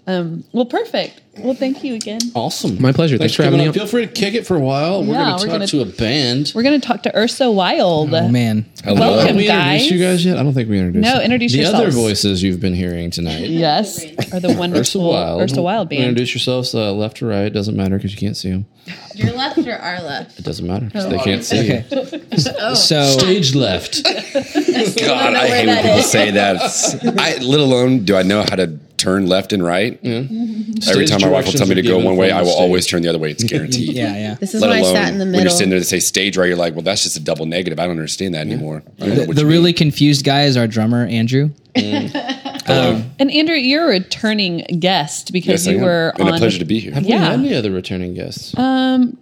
Um, well, perfect. Well, thank you again.
Awesome.
My pleasure. Thanks for having
coming
me
on.
on.
Feel free to kick it for a while. We're
Yeah,
going
we're
to talk
gonna-
to a band.
We're going to talk to Ursa Wild.
Oh man,
Welcome,
we
guys.
introduced you guys yet? I don't think we introduced.
No,
them.
introduce
the other
yourselves.
voices you've been hearing tonight.
Yes, are the wonderful
Ursa Wild.
Ursa Wild band.
Introduce yourselves uh, left or right. Doesn't matter because you can't see them.
Your left or our left?
It doesn't matter because they can't see
Okay.
you.
so
Stage left.
God, I
where
hate when
that
people
is.
say that. It's- I, let alone do I know how to turn left and right. Every
Stage
time my wife will tell me to
directions
go
are
one way,
given
I will
from the
always turn the other way. It's guaranteed.
Yeah, yeah.
This is
Let
why
alone
I sat in the
when
middle.
you're sitting there to say stage right, you're like, well, that's just a double negative. I don't understand that anymore. I don't know
The,
what
the
you
really confused guy is our drummer Andrew.
And Andrew, you're a returning guest
mean.
because
Yes, I
you
am.
were
and
on.
a pleasure to be here.
Have
Yeah.
we had any other returning guests?
Um,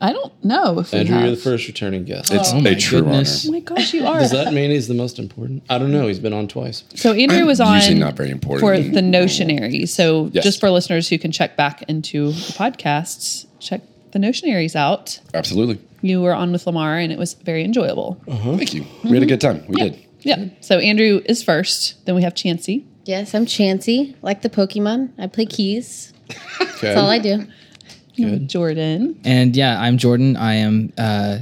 I don't know if we
Andrew,
have.
you're the first returning guest.
It's
Oh my
a true
goodness.
Oh my gosh, you are.
Does that mean he's the most important? I don't know. He's been on twice.
So Andrew was on
usually not very important.
for the notionary. So
Yes.
just for listeners who can check back into the podcasts, check the notionaries out.
honor. Absolutely.
You were on with Lamar and it was very enjoyable.
Thank you. We had a good time. We did.
Yeah. So Andrew is first. Then we have Chansey.
yes, I'm Chansey, like the Pokemon. I play keys.
Okay.
That's all I do.
Jordan.
And yeah, I'm Jordan. I am uh,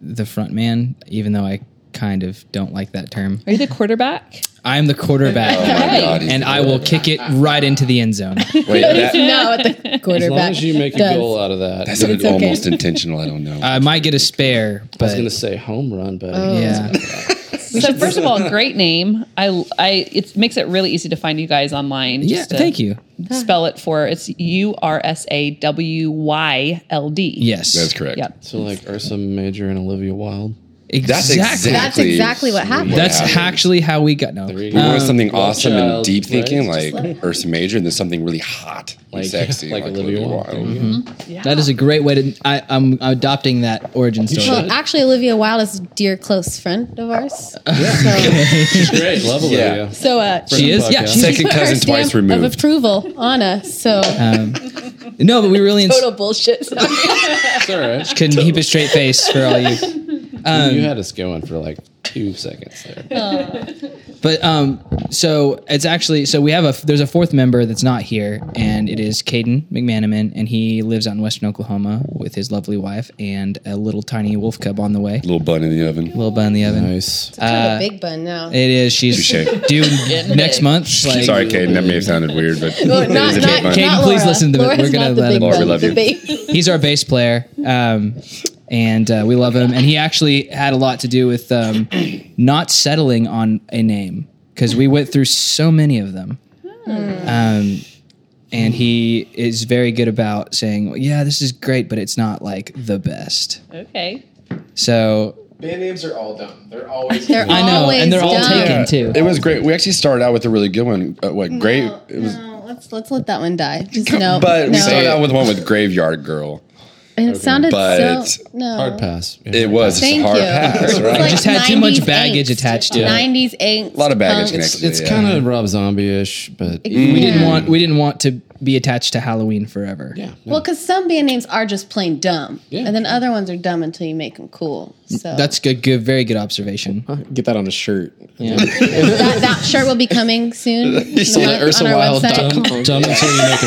the front man, even though I kind of don't like that term.
Are you the quarterback?
I am the quarterback,
Oh My God, he's
and
the
I will
quarterback.
kick it right into the end zone.
Wait, that,
No, at the quarterback.
As long as you make a
does.
goal uh, out of that.
that's
It's okay.
almost intentional. I don't know.
I might get a spare,
I was
but
going to say home run, but
yeah,
So first of all, great name. I I it makes it really easy to find you guys online.
yeah.
to
Thank you.
Spell it for it's U R S A W Y L D.
Yes,
That's correct.
Yep.
so like Ursa Major and Olivia Wilde.
That's
Exactly.
exactly.
That's exactly what happened.
That's
happened.
actually how we got no.
you
We wanted
Um,
something awesome and
child,
deep thinking,
right?
like, Ursa Major, and then something really hot, like,
Like-
sexy,
like Olivia Wilde.
that is a great way to. I, I'm adopting that origin story.
Well, actually, Olivia Wilde is a dear close friend of ours.
She's great. Love Olivia.
So, so uh,
She is. Yeah,
podcast.
she's
Second
put her
cousin twice
stamp
removed.
of approval on us. So
Uh,
Um, No, but we really ins-
total bullshit.
It's all right.
couldn't keep a straight face for all you.
you had us going for like two seconds there.
But um, so it's actually so we have a there's a fourth member that's not here, and it is Caden McManaman, and he lives out in Western Oklahoma with his lovely wife and a little tiny wolf cub on the way,
Little bun in the oven.
little bun in the oven.
Nice.
I have a big bun now.
It is she's
Touche.
due next month. Like,
Sorry, Caden. That may have sounded weird, but
No,
it is a big bun.
Caden, please listen to the- we're gonna let him-
Laura, we love you.
he's our bass player, um, and uh, we love him. And he actually had a lot to do with um, not settling on a name because we went through so many of them. Um, and he is very good about saying, "Yeah, this is great, but it's not like the best."
Okay.
So
Band names are all dumb. They're always
They're
I know, and they're all
always dumb.
taken too.
It was great. We actually started out with a really good one. Uh, what grave?
No,
It was,
no, let's let's let that one die. Just no,
But we
no.
started out with one with Graveyard Girl.
And it sounded
But-
so no.
Hard pass. Yeah.
It was
Thank
hard
you.
pass, right?
just had too much baggage attached to it.
Nineties angst.
a lot of baggage
punk.
connected.
It's
yeah.
kind of Rob Zombie ish, but
we didn't want we didn't want to be attached to Halloween forever.
yeah.
Well, because some band names are just plain dumb,
Yeah.
and then other ones are dumb until you make them cool. So
Mm, That's good, good, very good observation.
Get that on a shirt.
that, that shirt will be coming soon.
saw the Ursa Wild
Dumb, dumb until you make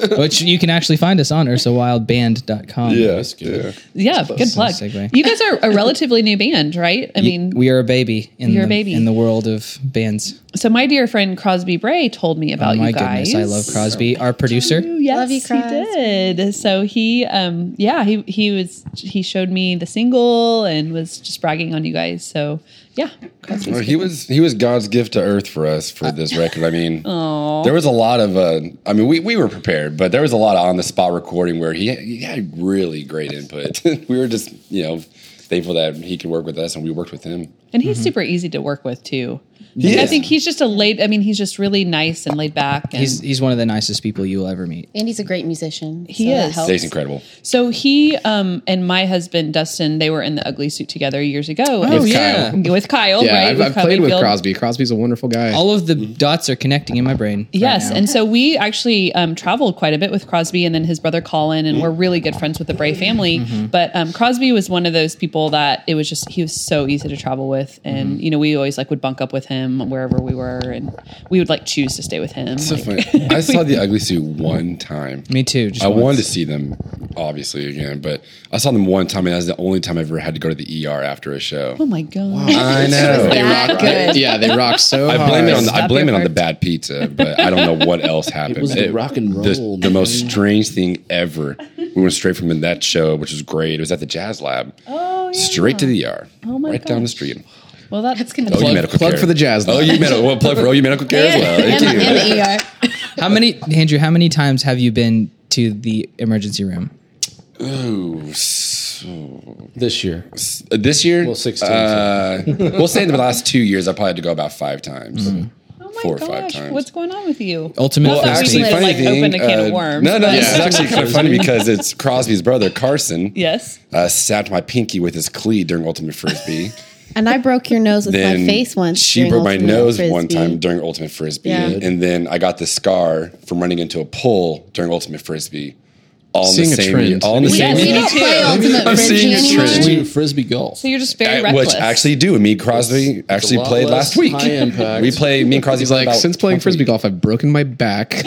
him cool.
Which you can actually find us on ursawildband.com.
Yeah, it's good.
Yeah, good plug.
segue.
You guys are a relatively new band, right? I mean,
we are a baby in
You're
the,
a baby.
in the world of bands.
so my dear friend Crosby Bray told me about
Oh my
you guys.
goodness, I love Crosby, our producer.
Yes,
Love you, Crosby.
he did. So he, um, yeah, he he was he showed me the single and was just bragging on you guys. So yeah, Crosby's
Well, he was he was God's gift to Earth for us for this record. I mean, there was a lot of uh, I mean, we, we were prepared, but there was a lot of on the spot recording where he he had really great input. we were just you know thankful that he could work with us and we worked with him.
and
Mm-hmm.
he's super easy to work with too. Like, I
is.
think he's just a laid. I mean, he's just really nice and laid back. And
He's he's one of the nicest people you'll ever meet.
And he's a great musician.
He
so that
is.
helps.
Dave's incredible.
so he um, and my husband Dustin, they were in the Ugly Suit together years ago. Oh
yeah.
with Kyle,
Yeah,
right?
I've,
With
I've
Kyle
played with
Mayfield.
Crosby. Crosby's a wonderful guy.
All of the
Mm-hmm.
dots are connecting in my brain.
Yes,
and
and so we actually um, traveled quite a bit with Crosby and then his brother Colin, and we're really good friends with the Bray family.
Mm-hmm.
But um, Crosby was one of those people that it was just he was so easy to travel with, and
Mm-hmm.
you know we always like would bunk up with him wherever we were, and we would like choose to stay with him.
So
Like,
funny. I saw the Ugly Suit one time.
me too. Just
I
once.
wanted to see them obviously again, but I saw them one time, and that was the only time I ever had to go to the ER after a show.
oh my god!
I know.
That good.
yeah, they rock so
I
hard.
blame it on the, I
Stop
blame it
your
on the
heart.
bad pizza, but I don't know what else happened.
was the rock and
the-
roll,
The,
man.
most strange thing ever. We went straight from that show, which was great. It was at the Jazz Lab,
Oh yeah.
straight to the ER,
my
right down the
gosh.
street.
Well, that's,
gonna
OU
Plug-
Medical
plug
Care.
for the Jazz, though.
OU Medical. Well, plug for OU Medical Care as well.
and,
Thank you.
and the ER.
How many, Andrew? How many times have you been to the emergency room?
Ooh, Oh, so-
this year.
this year,
Well, 16,
Uh, we'll say in the last two years, I probably had to go about five times.
Mm-hmm.
oh my
four or
gosh,
five times.
what's going on with you?
Ultimate
Well,
first
actually-
date.
like open a can of worms,
uh, No, no,
but-
this is actually kind of funny because it's Crosby's brother Carson
Yes.
uh, sapped my pinky with his cleat during Ultimate Frisbee.
And I broke your nose with
then
my face once.
She
during
broke my
Ultimate
nose
Frisbee.
one time during Ultimate Frisbee,
Yeah.
and then I got the scar from running into a pole during Ultimate Frisbee. All in
Seeing
the
a
same,
trend.
year- all in the
Yeah,
same.
see,
We
year.
don't play Ultimate
I'm
Frisbee
seeing a
anymore.
trend.
We frisbee golf.
So you're just very
I-
reckless.
Which actually do. And me and Crosby
It's- it's
actually
a lot
played
less
last week.
high impact.
We played me and Crosby
He's
played
like,
about-
since playing frisbee golf, I've broken my back.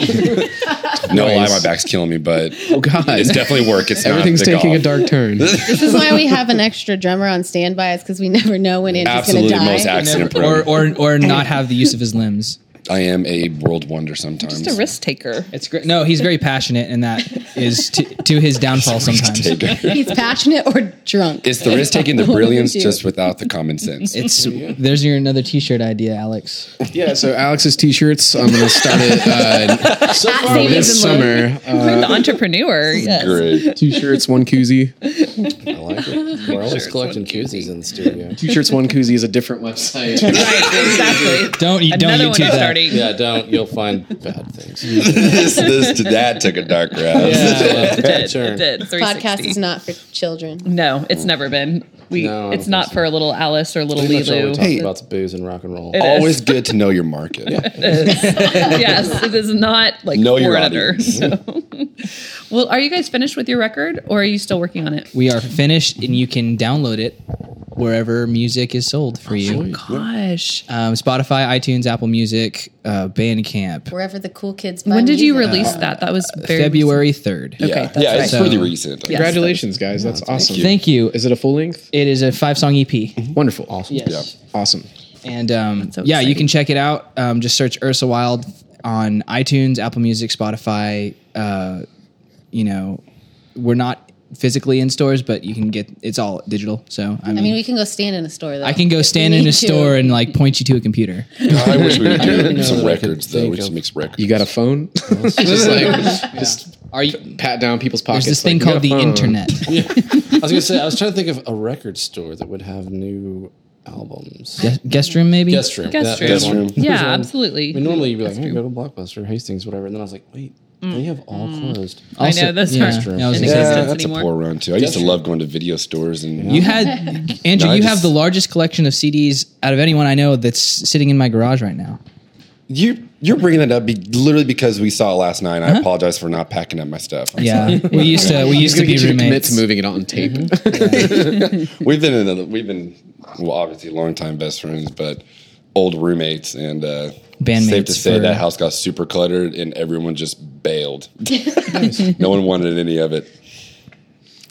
No lie,
twice.
my back's killing me, but
oh God,
it's definitely work. It's not
everything's
the
taking
golf.
a dark turn.
This is why we have an extra drummer on standby. Is because we never know when Andy's going to
Absolutely
die.
most accident prone.
or, or or not have the use of his limbs.
I am a world wonder sometimes.
just a risk taker.
It's great. No, he's very passionate, and that is to, to his downfall sometimes.
He's passionate or drunk.
It's the risk taking the
What would
brilliance
you do?
just without the common sense.
It's there's your another T-shirt idea, Alex.
yeah. So Alex's t-shirts. I'm gonna start it uh,
So
Not
far,
saving
this
the money.
summer. Uh,
You're the entrepreneur. yes.
Great.
two shirts, one koozie.
I like it. We're always collecting koozies in the studio.
Two shirts, one koozie is a different website.
Exactly.
Don't you don't
Another one
YouTube
I'm
that.
starting.
Yeah, don't. You'll find bad things.
this, this to that took a dark route.
well,
It did.
sure.
It did. 360.
Podcast is not for children.
No, it's never been. We.
No, I don't
it's not
think
for little Alice or little
Pretty much all we
Lulu.
talk about is booze and rock and roll.
It is.
Always good to know your market.
yes, it is not like
Know
know
your audience.
So.
Mm-hmm.
well, are you guys finished with your record, or are you still working on it?
We are finished, and you can download it wherever music is sold for you.
Gosh,
Um, Spotify, iTunes, Apple Music, uh, Bandcamp.
Wherever the cool kids. buy
when did you
music.
release that? That was very
February third.
yeah,
that's
yeah
right.
it's pretty
So-
recent.
Yeah.
Congratulations, guys. That's awesome.
Thank you.
Is it a full length?
It is a five song EP.
Wonderful. Awesome.
Yes.
Awesome.
And um,
so
yeah, you
exciting.
can check it out. Um, just search Ursa Wild on iTunes, Apple Music, Spotify. Uh, you know, we're not physically in stores, but you can get it's all digital. So I mean,
I mean, we can go stand in a store though.
I can go
if we
stand in
need
a
to.
store and like point you to a computer.
I wish we could do
know
some
that I could
records though.
think
We just
of-
mix
You
records.
got a phone? just like just
Are you?
pat down people's pockets.
There's this
like,
thing
you got
called
a
the
phone.
internet.
I was gonna say I was trying to think of a record store that would have new albums.
Gu- Guest room, maybe.
Guest room. That-
Guest room.
that one.
Guest room.
Yeah,
Um,
absolutely.
I mean, normally you'd be like, hey, go to Blockbuster, Hastings, whatever. And then I was like, wait, they have all
Mm.
closed.
Also-
I know those
yeah,
aren't
yeah, I was
in
gonna say
existence
Yeah, that's
anymore.
a poor run too. I used to love going to video stores and
You had Andrew.
No, I
you
just-
have the largest collection of CDs out of anyone I know that's sitting in my garage right now.
you you're bringing that up be, literally because we saw it last night. and I apologize for not packing up my stuff.
Uh-huh. Yeah, we used to we
He's
used to
gonna
be
get you to commit
roommates.
to moving it on tape.
We've been in a, we've been well, obviously longtime best friends, but old roommates and uh,
Bandmates
Safe to say
for-
that house got super cluttered and everyone just bailed. no one wanted any of it.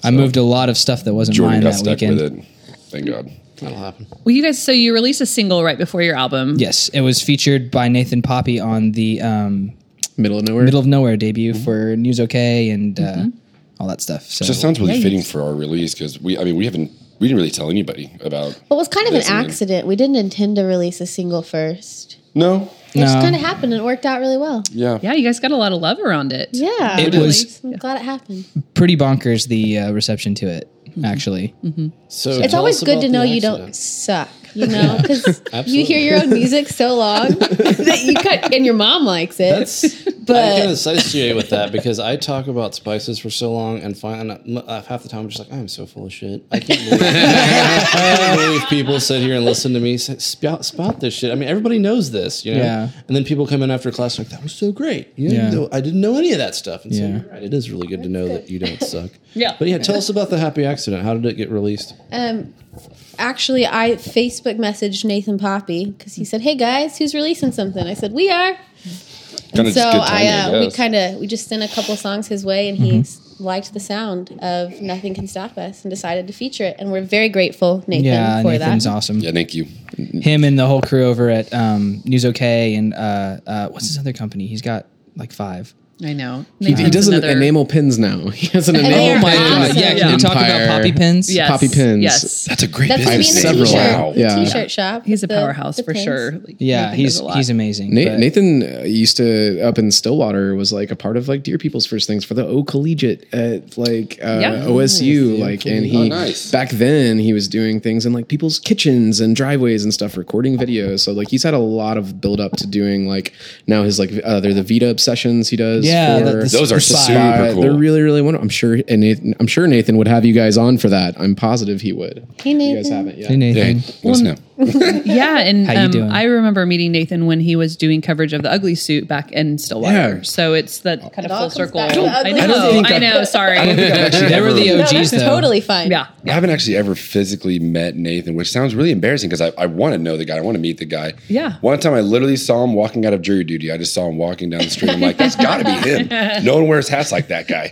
I moved a lot of stuff that wasn't
Jordan
mine
got
that
stuck
weekend.
with it. Thank God.
That'll happen.
Well, you guys, so you released a single right before your album.
Yes, it was featured by Nathan Poppy on the um,
Middle of nowhere.
Middle of Nowhere debut for News OK and uh,
Mm-hmm.
all that stuff. So
Mm-hmm. Just sounds really fitting for our release because we I mean we haven't we didn't really tell anybody about.
Well, it was kind of an
That's weird.
accident. We didn't intend to release a single first.
No.
It just
No.
kind of happened and it worked out really well.
Yeah.
Yeah, you guys got a lot of love around it.
Yeah.
It
I'm
was-
really glad it happened.
pretty bonkers the uh, reception to it.
Mm-hmm.
Actually,
So
It's
tell
always
us
good
about
to
the
know you don't
accident.
suck, you know, because you
Absolutely.
hear your own music so long that you cut, and your mom likes it.
That's
But-
I kind of associate with that because I talk about spices for so long and find and, uh, half the time I'm just like I'm so full of shit. I can't believe, I can't believe people sit here and listen to me say, spout, spout this shit. I mean, everybody knows this, you know.
Yeah.
And then people come in after class like that was so great. You
Yeah.
yeah. Know, I didn't know any of that stuff. And so
Yeah.
you're right, it is really good to know that you don't suck.
Yeah.
But yeah, tell us about the happy accident. How did it get released?
Um, actually, I Facebook messaged Nathan Poppy because he said, "Hey guys, who's releasing something?" I said, "We are."
Kinda
And so
just good
I,
timing, I
uh, we
guess.
kind of we just sent a couple songs his way, and he s he liked the sound of "Nothing Can Stop Us" and decided to feature it. And we're very grateful, Nathan,
yeah,
for
Nathan's
that.
awesome.
Yeah. Thank you.
Him and the whole crew over at um, News OK and uh, uh, what's his other company? He's got like five.
I know.
He, he does an enamel pins now. He has an
And they
enamel
are
pin.
awesome.
Yeah, can we talk about
Empire.
poppy pins?
Yes.
Poppy pins.
Yes.
That's a great
That's going to be in
business.
Several.
the t-shirt,
Wow.
Yeah.
t-shirt shop.
He's a
The-
powerhouse
the
for
pins.
sure. Like,
Yeah,
Nathan
he's
does a lot.
he's amazing.
Na-
but-
Nathan uh, used to up in Stillwater was like a part of like Dear People's first things for the O Collegiate at like uh,
Yeah.
OSU like and he
Oh, nice.
back then he was doing things in like people's kitchens and driveways and stuff recording videos so like he's had a lot of build up to doing like now his like uh, they're the Vita obsessions he does
Yeah, that-
for-
the
Those are
Spy.
super
Uh,
cool.
They're really, really wonderful. I'm sure, and Nathan, I'm sure Nathan would have you guys on for that. I'm positive he would.
Hey,
You guys
Nathan.
haven't yet.
Hey,
Yeah,
Nathan.
let us know.
yeah, and
How you
um,
doing?
I remember meeting Nathan when he was doing coverage of the Ugly Suit back in Stillwater.
Yeah.
So it's that kind
It
of
all
full
comes
circle.
back to the
I
Ugly
know.
Suit.
I, know. Sorry.
They were the
No,
OGs
that's
though.
totally fine.
Oh, yeah.
I haven't actually ever physically met Nathan, which sounds really embarrassing because I, I want to know the guy. I want to meet the guy.
Yeah.
One time I literally saw him walking out of jury duty. I just saw him walking down the street. I'm like, that's got to be him. No one wears hats like that guy.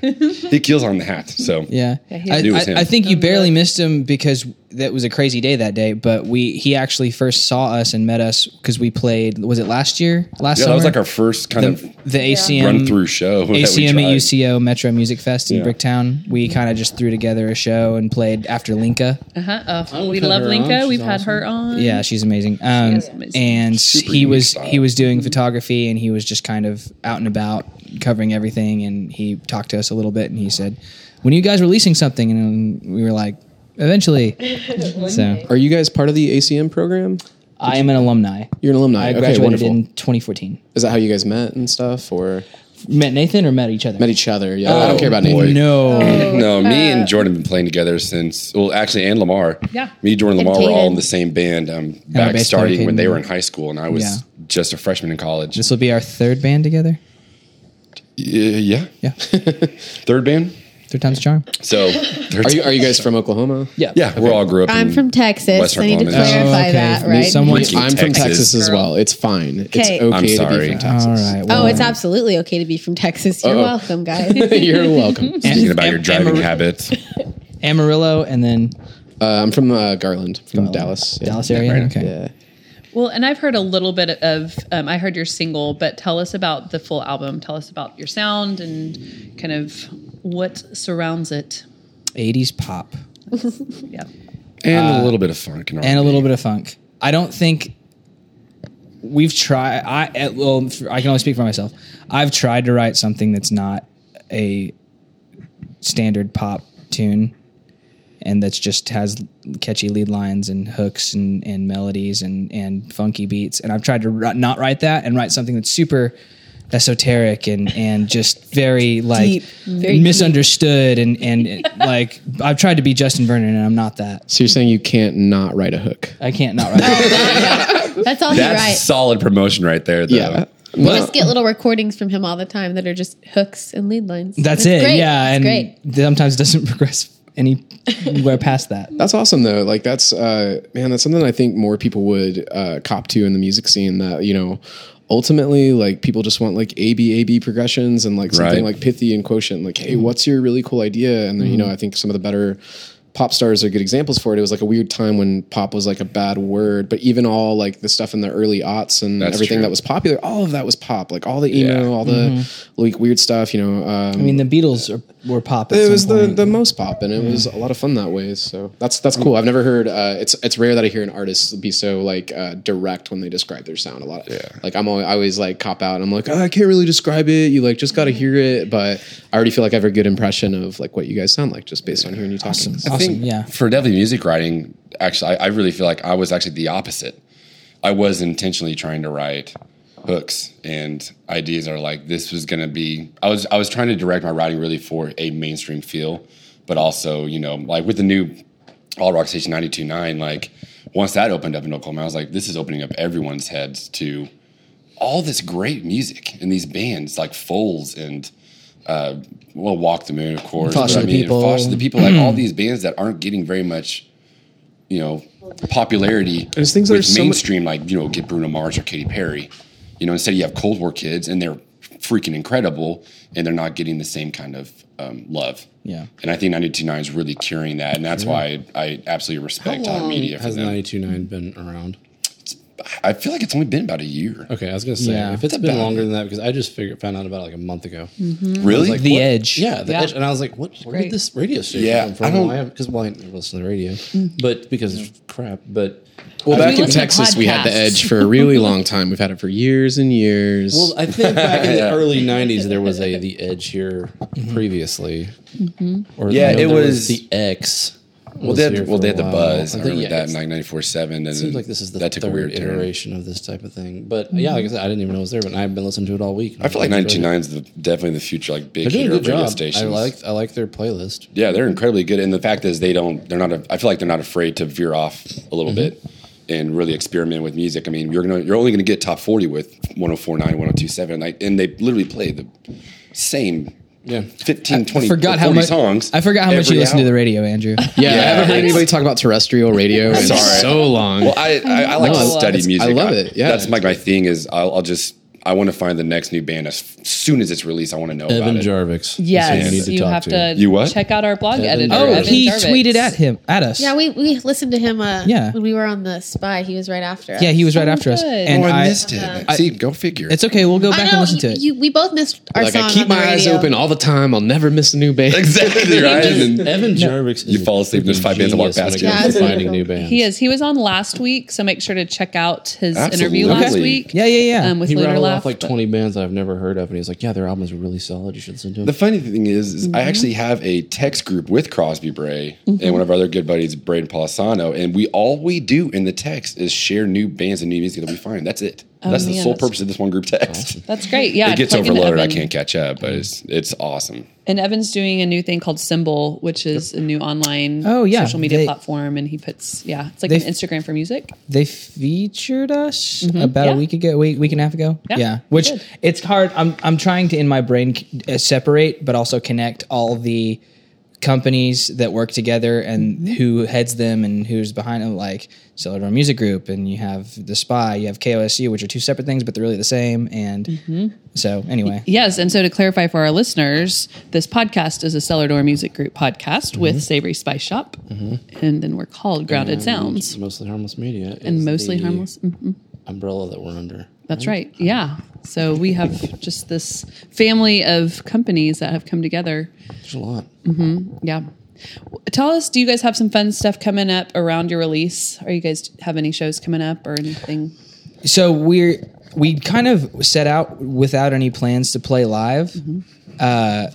He kills on the hat. So
Yeah,
he-
I,
Knew it was
I-
him.
I think you barely missed him because that was a crazy day that day. But we he actually first saw us and met us because we played. Was it last year? Last
Yeah,
summer?
that was like our first kind of
the ACM
run through show. that we
ACM
tried.
at UCO Metro Music Fest in
Yeah.
Bricktown. We kind of just threw together a show and played after Linka.
Uh-huh. Uh,
we've
we
had
love
her on.
Linka.
She's
We've had
awesome.
her on.
Yeah, she's amazing. Um,
is amazing.
And
Super
he
unique
was
style.
he was doing photography and he was just kind of out and about covering everything. And he talked to us a little bit and he said, "When are you guys releasing something?" And we were like, "Eventually." so
Are you guys part of the ACM program?
I am an alumni.
You're an alumni.
I
okay,
graduated
wonderful.
in 2014.
Is that how you guys met and stuff, or
Met Nathan or met each other?
met each other? Yeah,
Oh,
I don't care about
boy.
Nathan.
No.
No, me and Jordan have been playing together since, well, actually, and Lamar.
Yeah.
Me, Jordan,
And
Lamar were all
Caden.
in the same band um,
our
back
bass player,
starting when
Caden.
they were in high school, and I was
Yeah.
just a freshman in college.
This will be our third band together.
Y- yeah.
Yeah.
Third band.
Third time's a charm.
So,
Are you are you guys from Oklahoma?
Yeah.
yeah, we all grew up.
I'm
in-
from Texas.
Western
I need to
Columbus. Oh,
clarify that,
Need
right?
Someone.
Freaking
I'm from Texas as
Girl.
well. It's fine. It's
Okay.
okay to
I'm
be
sorry.
from
All
Texas.
right.
oh,
well,
it's absolutely okay to be from Texas. You're
Uh-oh.
welcome, guys.
You're welcome. Uh,
Thinking about your
Am-
driving
Amarillo.
habits.
Amarillo and then
I'm from uh, Garland, from Dallas. Yeah.
Dallas area. okay.
Yeah.
Well, and I've heard a little bit of, um, I heard your single, but tell us about the full album. Tell us about your sound and kind of what surrounds it.
80s pop
Yeah.
And a little bit of funk. Uh, And,
and a little bit of funk. I don't think we've tried. I eh, well, I can only speak for myself. I've tried to write something that's not a standard pop tune, and that's just has catchy lead lines and hooks and, and melodies and and funky beats. And I've tried to ri- not write that and write something that's super esoteric and and just very like
Deep. Very
misunderstood and and like I've tried to be Justin Vernon and I'm not that.
So you're saying you can't not write a hook?
I can't not write. that.
That's all he
That's
writes.
solid promotion right there, though.
Yeah.
We just get little recordings from him all the time that are just hooks and lead lines.
That's
It's
it.
great.
Yeah, and
It's great.
sometimes it doesn't progress anywhere past that.
That's awesome though. Like that's uh man, that's something I think more people would uh cop to in the music scene that, you know, ultimately like people just want like A B A B progressions and like something
Right. Mm-hmm.
like pithy and quotient, like, hey, what's your really cool idea? And you know, I think some of the better pop stars are good examples for it. It was like a weird time when pop was like a bad word, but even all like the stuff in the early aughts and
That's
everything
true.
that was popular, all of that was pop. Like all the emo,
Yeah. Mm-hmm.
all the like weird stuff, you know. Um,
I mean, the Beatles are, were pop. At
it
some
was the,
point.
the most pop, and it was a lot of fun that way. So that's that's cool. I've never heard. Uh, it's it's rare that I hear an artist be so like uh, direct when they describe their sound. A lot. Yeah. Like I'm always, I always like cop out. and I'm like oh, I can't really describe it. You like just got to hear it. But I already feel like I have a good impression of like what you guys sound like just based on hearing you talking.
I
Awesome,
think
yeah.
for definitely music writing, actually, I, I really feel like I was actually the opposite. I was intentionally trying to write hooks and ideas are like this was going to be. I was I was trying to direct my writing really for a mainstream feel, but also you know like with the new All Rock Station 92.9, like once that opened up in Oklahoma, I was like this is opening up everyone's heads to all this great music and these bands like Foles and uh, well Walk the Moon of course,
Foster
but
the People. Mm-hmm.
Foster the People, like all these bands that aren't getting very much, you know, popularity.
There's things that
with
are so much-
mainstream, like you know, get Bruno Mars or Katy Perry. You know, instead you have Cold War kids and they're freaking incredible and they're not getting the same kind of um, love.
Yeah.
And I think 929 is really curing that. And that's why I, I absolutely respect Hot Media for
Has
them.
92.9 been around?
I I feel like it's only been about a year.
Okay, I was gonna say
Yeah.
if it's
That's
been
bad.
longer than that because I just figured found out about it like a month ago.
Really?
Like
The
what?
Edge.
Yeah, the
Yeah.
edge. And I was like, what? Where
great.
did this radio station
Yeah,
come
I
from?
don't-
Why? Because well, I never listen to the radio,
Hmm.
but because it's crap. But
Well,
I
back
mean,
in
listen to
Texas, we had the
podcasts.
edge for a really long time. We've had it for years and years.
well, I think back in the
Yeah.
early '90s there was a the edge here
Mm-hmm.
previously. Or
Yeah,
no,
it
there
was-
the X.
Well,
was
they
here
had, well,
for
they
a
had the
while.
buzz. I,
think,
remember
yeah,
that
it's-
in 94 7. And
Seems like this is the
that took a
third
weird turn.
iteration of this type of thing. But yeah, like I said, I didn't even know it was there, but I've been listening to it all week.
I feel like
Enjoyed it.
99 is the, definitely the future, like
They're
big
doing
hitter
a
of
good
radio
job.
stations.
I like I like their playlist.
yeah, they're incredibly good. And the fact is, they don't, they're not, a, I feel like they're not afraid to veer off a
Mm-hmm.
little bit and really experiment with music. I mean, you're going to, you're only going to get top 40 with 1049, 1027. Like, and they literally play the same
Yeah.
15, 20,
I forgot
40
how much
songs.
I forgot how much
every
you listen to
hour.
the radio, Andrew.
yeah,
yeah,
I haven't heard
it's-
anybody talk about terrestrial radio in
Sorry.
so long.
Well, I, I, I like
No, I
to
love
study
it.
music.
I love it, yeah.
that's like my thing. Is I'll, I'll just I want to find the next new band as soon as it's released. I want to know
Evan
about it.
Jarvix.
Yes, you, have to,
You what?
check out our blog
Evan
editor.
Jarvis.
oh,
Evan
he
Jarvis.
tweeted at him at us.
Yeah, we, we listened to him uh,
Yeah.
when we were on the spy. He was right after us.
yeah, he was right
So
after us.
good.
And
oh, I,
I,
missed it. See, go figure.
it's okay. We'll go
I
back
know,
and listen
you,
to it.
you- we both missed our
like
song.
I keep
on the
my eyes
radio.
open all the time. I'll never miss a new band.
exactly right. And then-
Evan Jarvix.
You fall asleep and there's five bands that walk past
you. Yeah,
finding new
it's beautiful.
bands.
He is. He was on last week, so make sure to check out his
Absolutely.
interview last week.
yeah, yeah, yeah.
um, with
He
Lunar
rattled
Laugh.
off like twenty bands I've never heard of, and he's like, "Yeah, their album is really solid. You should listen to
the
it."
funny thing is, is
Mm-hmm.
I actually have a text group with Crosby Bray and one of our other good buddies, Braden Polisano, and we all we do in the text is share new bands and new music that we find. That's it.
Oh,
that's the
man,
sole
that's-
purpose of this one group text.
That's great. Yeah,
It gets
plug in
overloaded. I
Evan.
can't catch up, but it's it's awesome.
And Evan's doing a new thing called Symbol, which is a new online
Oh, yeah.
social media
They-
platform. And he puts, yeah, it's like
They-
an Instagram for music.
they featured us about
Mm-hmm. Yeah.
a week ago, week week and a half ago.
Yeah,
which
they did.
it's hard. I'm I'm trying to in my brain c- uh, separate, but also connect all the companies that work together and
Mm-hmm.
who heads them and who's behind them. Like Cellar Door Music Group, and you have the Spy, you have KOSU, which are two separate things, but they're really the same. And
Mm-hmm.
so anyway,
Yes. And so to clarify for our listeners, this podcast is a Cellar Door Music Group podcast
Mm-hmm.
with Savory Spice Shop.
Mm-hmm.
And then we're called Grounded Sounds
It's mostly harmless media is
and mostly
the
harmless. mhm.
umbrella that we're under.
That's right. Yeah. So we have just this family of companies that have come together.
There's a lot.
Yeah. W- Tell us, do you guys have some fun stuff coming up around your release? Are you guys have any shows coming up or anything?
so we're we kind of set out without any plans to play live.
Mm-hmm.
Uh,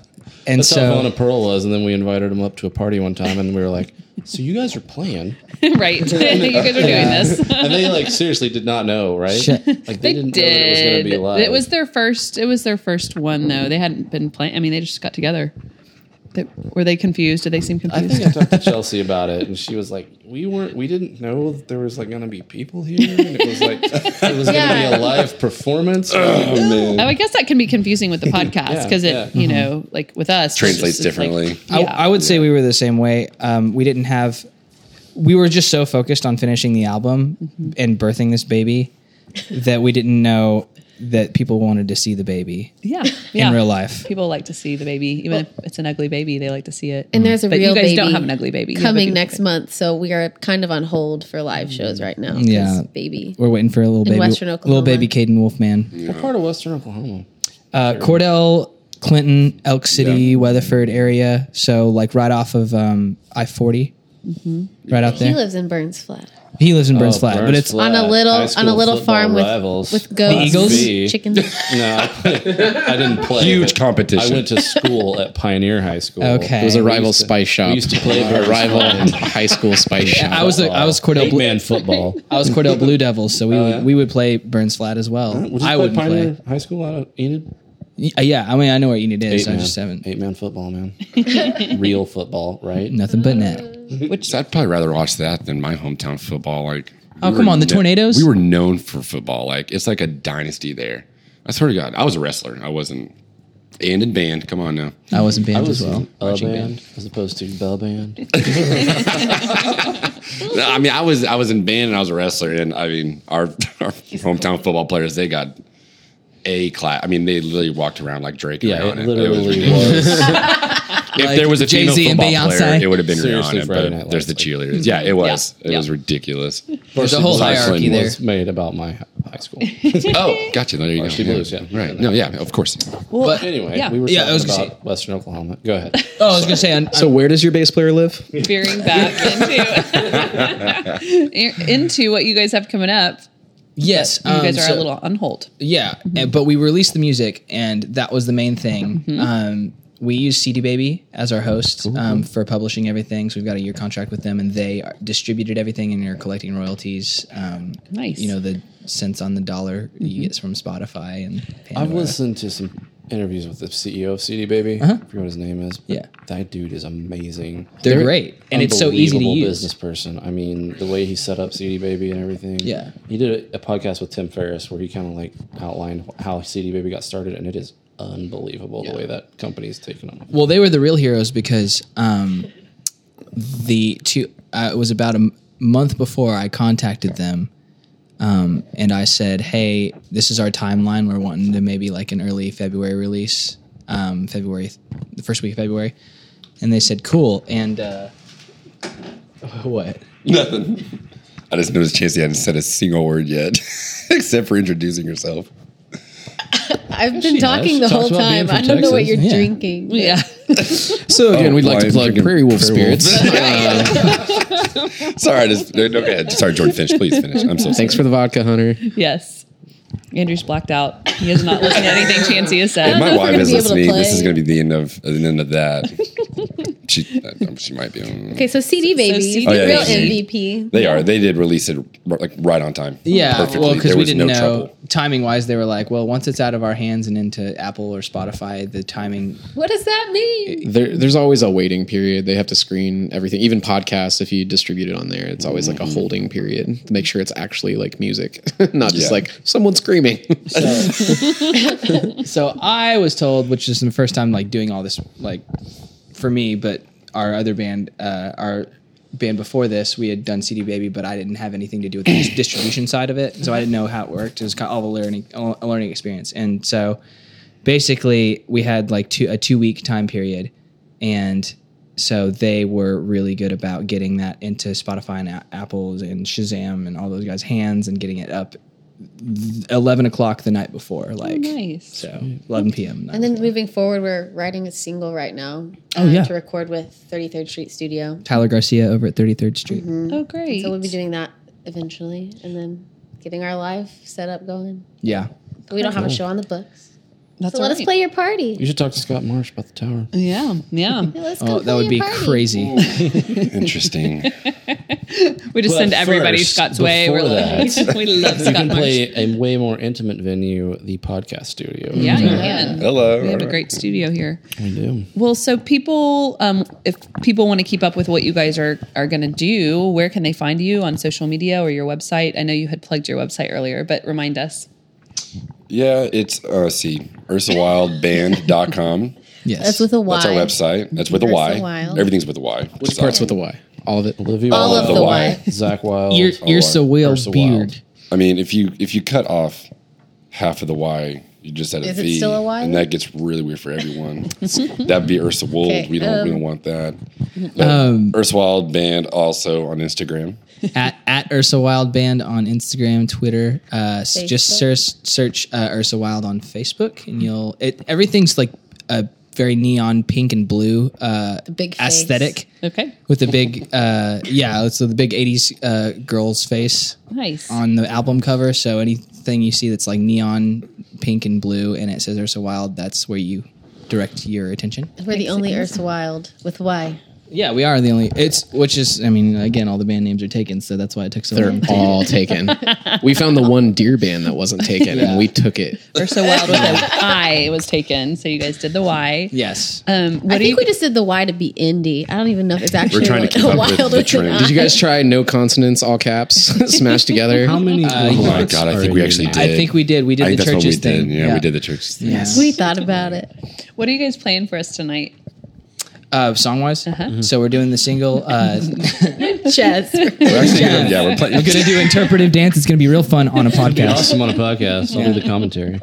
and
That's how
so
Vona Pearl was, and then we invited him up to a party one time, and we were like, "So you guys are playing?"
right. you guys are doing this.
And they like seriously did not know, right?
Shit.
Like they,
They
didn't know that it was going
did.
to be live.
It was their first. It was their first one though. They hadn't been playing. I mean, they just got together. They, were they confused? Did they seem
I
confused?
think I talked to Chelsea about it, and she was like, "We weren't, we didn't know that there was like going to be people here, and it was like it was going to be a
Yeah.
live performance."
Oh, I guess that can be confusing with the podcast
Yeah,
because
yeah.
it, you know, like with us, it's
Translates
just- it's like-
differently.
I,
yeah.
I would say we were the same way. Um, we didn't have, we were just so focused on finishing the album and birthing this baby that we didn't know that people wanted to see the baby
yeah, yeah.
in real life.
people like to see the baby, even if it's an ugly baby, they like to see it.
And there's a
but
real
you guys don't
baby
have an ugly baby You have a
coming
beautiful
next
baby.
month, so we are kind of on hold for live shows right now. 'cause
Yeah.
baby.
We're waiting for a little baby,
Western
little baby Caden Wolfman.
What part of Western Oklahoma?
Uh, Cordell, Clinton, Elk City, Weatherford area. So like right off of um, I forty, right out
He
there.
lives in Burns Flat
He lives in Oh, Burns Flat, but it's
on a little
High
on
school
a little
football
farm
rivals.
with with goats,
Eagles?
B.
chickens.
no, I didn't play.
Huge
but
competition.
I went to school at Pioneer High School.
Okay.
It was a
We
rival
used to-
spice shop.
we used to play
a
Burns
rival
Flat.
high school spice shop.
I was the, I was Cordell
Eight
Blue,
man football.
I was Cordell Blue Devils, so we would, we would play Burns Flat as well.
Oh, Would you
I
play
wouldn't play.
Pioneer High School out of Enid.
Y- Yeah, I mean, I know where Enid is. I
man.
just haven't.
Eight man football, man. Real football, right?
Nothing but net.
So I'd probably rather watch that than my hometown football. Like,
Oh,
we
come
were
on, the Tornadoes?
We were known for football. Like, it's like a dynasty there. I swear to God, I was a wrestler. I wasn't. And in band, come on now.
I wasn't banned
I was
as well.
a band as opposed to bell band.
No, I mean, I was I was in band and I was a wrestler, and I mean, our our hometown football players they got a class. I mean, they literally walked around like Drake.
Yeah,
around
it literally was.
if there was a female
Jay-Z and
football player,
Beyonce.
it would have been
Seriously,
Rihanna.
Friday
But
Night
there's the
Lights,
cheerleaders. Yeah, it was. It
Yeah.
was ridiculous.
There's a whole
Varsity
hierarchy
Blues
there.
was made about my high school.
Oh, gotcha. There you go.
Varsity
Yeah.
Blues, yeah.
Right. No, yeah, of course.
Well,
But anyway,
yeah.
we were
Yeah, I
talking
was gonna
about Western Oklahoma. Go ahead.
Oh, I was gonna say. On,
So where does your bass player live?
veering back into into what you guys have coming up.
yes,
You guys are
Um, so-
a little Mm-hmm. on hold.
Yeah, and- but we released the music, and that was the main thing.
Mm-hmm.
Um, we use CD Baby as our host um, for publishing everything. So we've got a year contract with them, and they are- distributed everything, and are collecting royalties. Um,
Nice.
You know the cents on the dollar
Mm-hmm.
you get from Spotify and Pandora.
I've listened to some interviews with the CEO of CD Baby. I forget what his name is. but
Uh-huh. Yeah.
that dude is amazing.
They're great, and it's so easy to
Unbelievable
use.
Business person. I mean, the way he set up CD Baby and everything.
Yeah.
he did a, a podcast with Tim Ferriss where he kind of like outlined how CD Baby got started, and it is unbelievable the way that company's taken on.
Well, they were the real heroes because um, the two. Uh, it was about a m- month before I contacted them, um, and I said, "Hey, this is our timeline. We're wanting to maybe like an early February release, um, February, the first week of February." And they said, "Cool." And uh, what?
Nothing. I just noticed Chasey hadn't said a single word yet, except for introducing herself.
I've been
She
talking the
talks
whole
about being
time.
from
I don't know what
Texas.
you're
Yeah.
drinking.
Yeah.
So again,
Oh,
we'd like to
why
plug
freaking
Prairie Wolf
Prairie Wolf.
Spirits.
Sorry, I just no, go ahead. Sorry, Jordan, finish. Please finish. I'm so sorry.
Thanks for the vodka, Hunter.
Yes. Andrew's blacked out. He has not listened to anything Chancey has said.
If my
know if we're
wife
gonna
is
be able to
listening. This
play.
is going to be the end of the end of that. she, uh, she might be. on
Okay, so CD Baby,
CD
the
Baby.
real
Oh, yeah,
MVP.
They are. They did release it r- like right on time.
Yeah, well, 'cause well, because
There
we
was
didn't
no
know
trouble.
timing wise, they were like, "Well, once it's out of our hands and into Apple or Spotify, the timing."
What does that mean?
There, there's always a waiting period. They have to screen everything, even podcasts. If you distribute it on there, it's always like a holding period to make sure it's actually like music, not just
Yeah.
like someone screaming.
So I was told, which is the first time like doing all this like for me, but our other band, uh, our band before this, we had done CD Baby, but I didn't have anything to do with the dis- distribution side of it, so I didn't know how it worked. It was kind of all a learning, all a learning experience, and so basically we had like two a two week time period, and so they were really good about getting that into Spotify and a- Apple's and Shazam and all those guys' hands and getting it up. Eleven o'clock the night before, like
nice.
so 11 p.m.
Oh, And then moving forward, we're writing a single right now. uh,
Oh, yeah.
To record with 33rd Street Studio.
Tyler Garcia over at 33rd Street.
Mm-hmm.
Oh, great.
So we'll be doing that eventually, and then getting our live setup going.
Yeah.
But we don't have a show on the books,
That's
so let
all
us
right.
play your party.
You should talk to Scott Marsh about the tower.
Yeah, yeah.
Yeah, Let's
Oh,
go
that would be crazy.
Interesting.
We just
But
send everybody
first,
Scott's way. We're
before
like, we love
You
Scott
can
Marsh.
play a way more intimate venue, the podcast studio.
Yeah, you can.
Oh.
Hello.
We have a great studio here.
we do.
Well, so people, um, if people want to keep up with what you guys are are going to do, where can they find you on social media or your website? I know you had plugged your website earlier, but remind us.
Yeah, it's uh, let's see ursawildband.com.
Yes.
That's with a Y.
That's our website. That's with a
Ursa
Y.
Wild.
Everything Everything's with a Y.
Which part's with a Y? All of it.
Olivia
All of
Wilde,
the Y.
Zach Wild.
You're, you're so Will
Ursa Wild.
Beard.
I mean, if you if you cut off half of the Y, you just had a V,
Is it still a Y?
and that gets really weird for everyone. That'd be Ursa Wold.
Okay,
we don't we
um,
don't want that. Um, Ursa Wild Band also on Instagram.
at, at Ursa Wild Band on Instagram, Twitter. Uh, s- just search, search uh, Ursa Wild on Facebook and you'll, it, everything's like a very neon pink and blue uh,
big face.
aesthetic
Okay,
with the big, uh, yeah, so the big 80s uh, girl's face.
nice.
on the album cover. So anything you see that's like neon pink and blue and it says Ursa Wild, that's where you direct your attention.
We're the only Ursa Wild with Y.
Yeah, we are the only it's which is I mean, again, all the band names are taken, so that's why it took so
They're
long.
all taken. We found the one deer band that wasn't taken, and we took it.
Or so wild with an I was taken, so you guys did the Y.
Yes.
Um, what
I
do
think
you?
we just did the Y to be indie. I don't even know if it's actually
trying to keep
a
up
wild
with the
with an
trend.
I.
Did
Did you guys try no consonants, all caps, smashed together?
How many?
Oh my god, I think we actually did.
I think we did. We did
I think
the
that's what
churches
we
thing.
did. Yeah, we did the churches. thing.
Yes.
We thought about it.
What are you guys playing for us tonight?
uh, song wise. So we're doing the single. Uh,
Chess.
We're actually good. Yeah, we're playing.
we're gonna do interpretive dance. It's gonna be real fun on a podcast.
Awesome on a podcast. I'll do the commentary.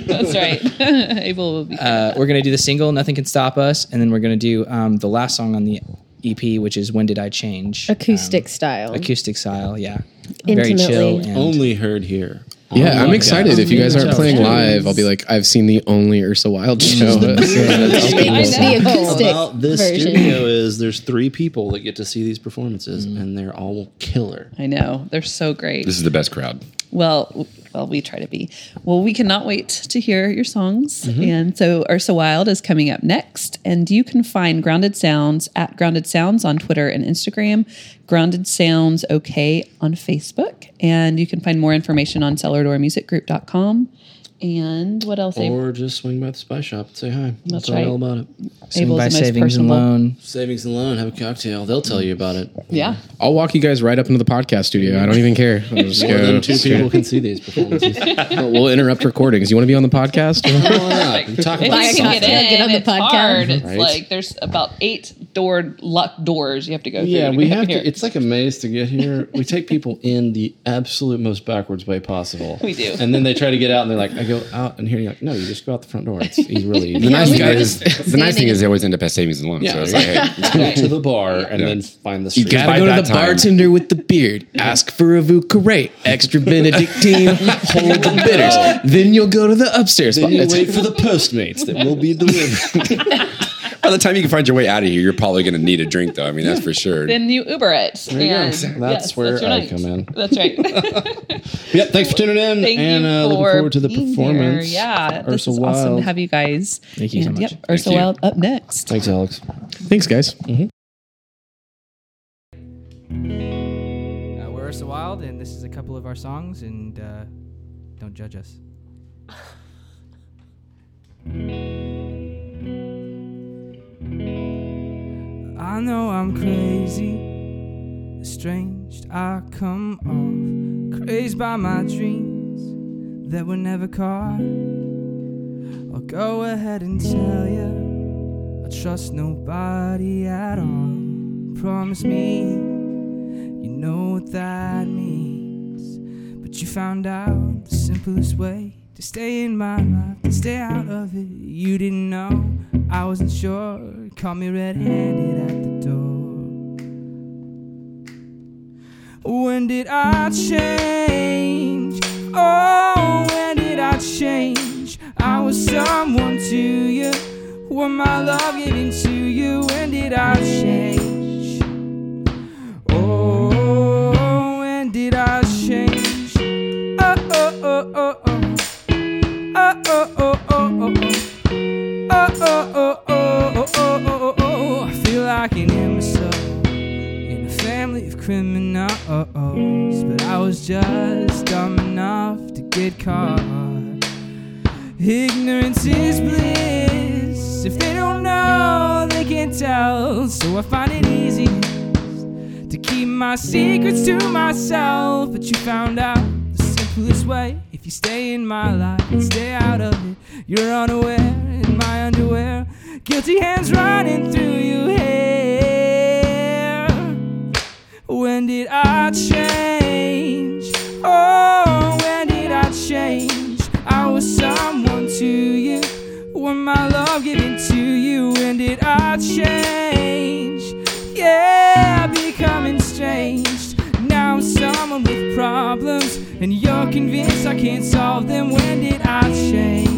That's right. Abel will be.
Uh, we're gonna do the single. Nothing can stop us. And then we're gonna do um, the last song on the EP, which is "When Did I Change?" Um,
Acoustic style.
acoustic style. Yeah,
Intimately.
very chill. And
Only heard here.
Yeah, I'm excited. If you guys aren't
Yeah.
playing live, I'll be like, I've seen the only Ursa Wild show.
Mm.
the acoustic
About this
version.
studio is there's three people that get to see these performances, and they're all killer.
I know they're so great.
This is the best crowd.
Well, w- well, we try to be. Well, we cannot wait to hear your songs. And so Ursa Wild is coming up next. And you can find Grounded Sounds at Grounded Sounds on Twitter and Instagram, Grounded Sounds OK on Facebook. And you can find more information on cellardoormusicgroup.com. And what else? Ab-
Or just swing by the spy shop and say hi. That's
right.
all about it.
Sing
Abel's
by
the most
savings and
personable.
loan.
Savings and loan, have a cocktail. They'll tell you about it.
Yeah.
I'll walk you guys right up into the podcast studio. I don't even care. I'll just
More
go-
than two people can see these performances.
We'll interrupt recordings. You want to be on the podcast?
Why not? We talk
If
about
I can get
Something.
in,
Get on the
it's
podcast.
hard. It's
Right.
like there's about eight door locked doors you have to go through.
Yeah,
to
we
get
have
here.
to. It's like a maze to get here. We take people in the absolute most backwards way possible.
We do.
and then they try to get out, and they're like, "I go out," and here you're like, "No, you just go out the front door." It's he's really easy.
The nice
we
thing
were
is, the nice thing
standing-
is, they always end up at savings and loan. So it's like, hey,
go to the bar and
Yeah.
then find the street.
got-
Gotta
By
go to
that
the
time-
bartender with the beard. Ask for a Vucaray, extra Benedictine, hold the bitters. Then you'll go to the upstairs.
then you
It's-
wait for the Postmates that will be delivered.
by the time you can find your way out of here, you're probably going to need a drink, though. I mean, that's for sure.
then you Uber it. and
That's where
your
I
night.
come in.
That's right.
yep, thanks for tuning in,
Thank
and
you
uh,
for
looking forward to the
being
performance.
Here. Yeah, this
Ursa
is
Wild.
awesome to have you guys. Thank
you so
and,
much.
Yep, Ursa
you.
Wild up next.
Thanks, Alex.
Thanks, guys.
Uh, we're Ursa Wild, and this is a couple of our songs, and uh, don't judge us. I know I'm crazy, estranged. I come off crazed by my dreams that were never caught. I'll go ahead and tell you, I trust nobody at all. Promise me. You know what that means. But you found out the simplest way to stay in my life, to stay out of it. You didn't know, I wasn't sure. Caught me red handed at the door. When did I change? Oh, when did I change? I was someone to you. What my love giving to you? When did I change? Oh, when did I change? Oh, oh, oh, oh, oh. Oh, oh, oh, oh, oh, oh. Oh, oh, oh, oh, oh, oh, oh, oh. I feel like an imbecile in a family of criminals. But I was just dumb enough to get caught. Ignorance is bliss. If they don't know, they can't tell. So I find it easy to keep my secrets to myself. But you found out the simplest way. If you stay in my life and stay out of it, you're unaware in my underwear. Guilty hands running through your hair. When did I change? Oh, when did I change? I was someone to you. When my love given to you, when did I change? Yeah, becoming strange. Now I'm someone with problems, and you're convinced I can't solve them. When did I change?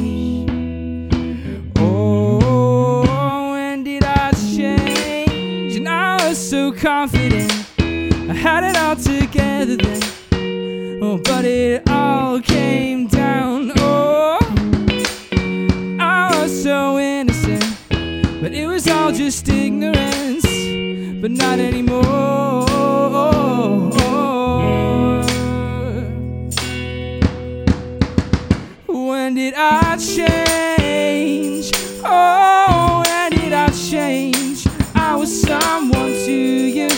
Oh, when did I change? And I was so confident. I had it all together then. Oh, but it all came down. Oh, I was so innocent, but it was all just ignorance, but not anymore. When did I change? Oh, when did I change? I was someone to you.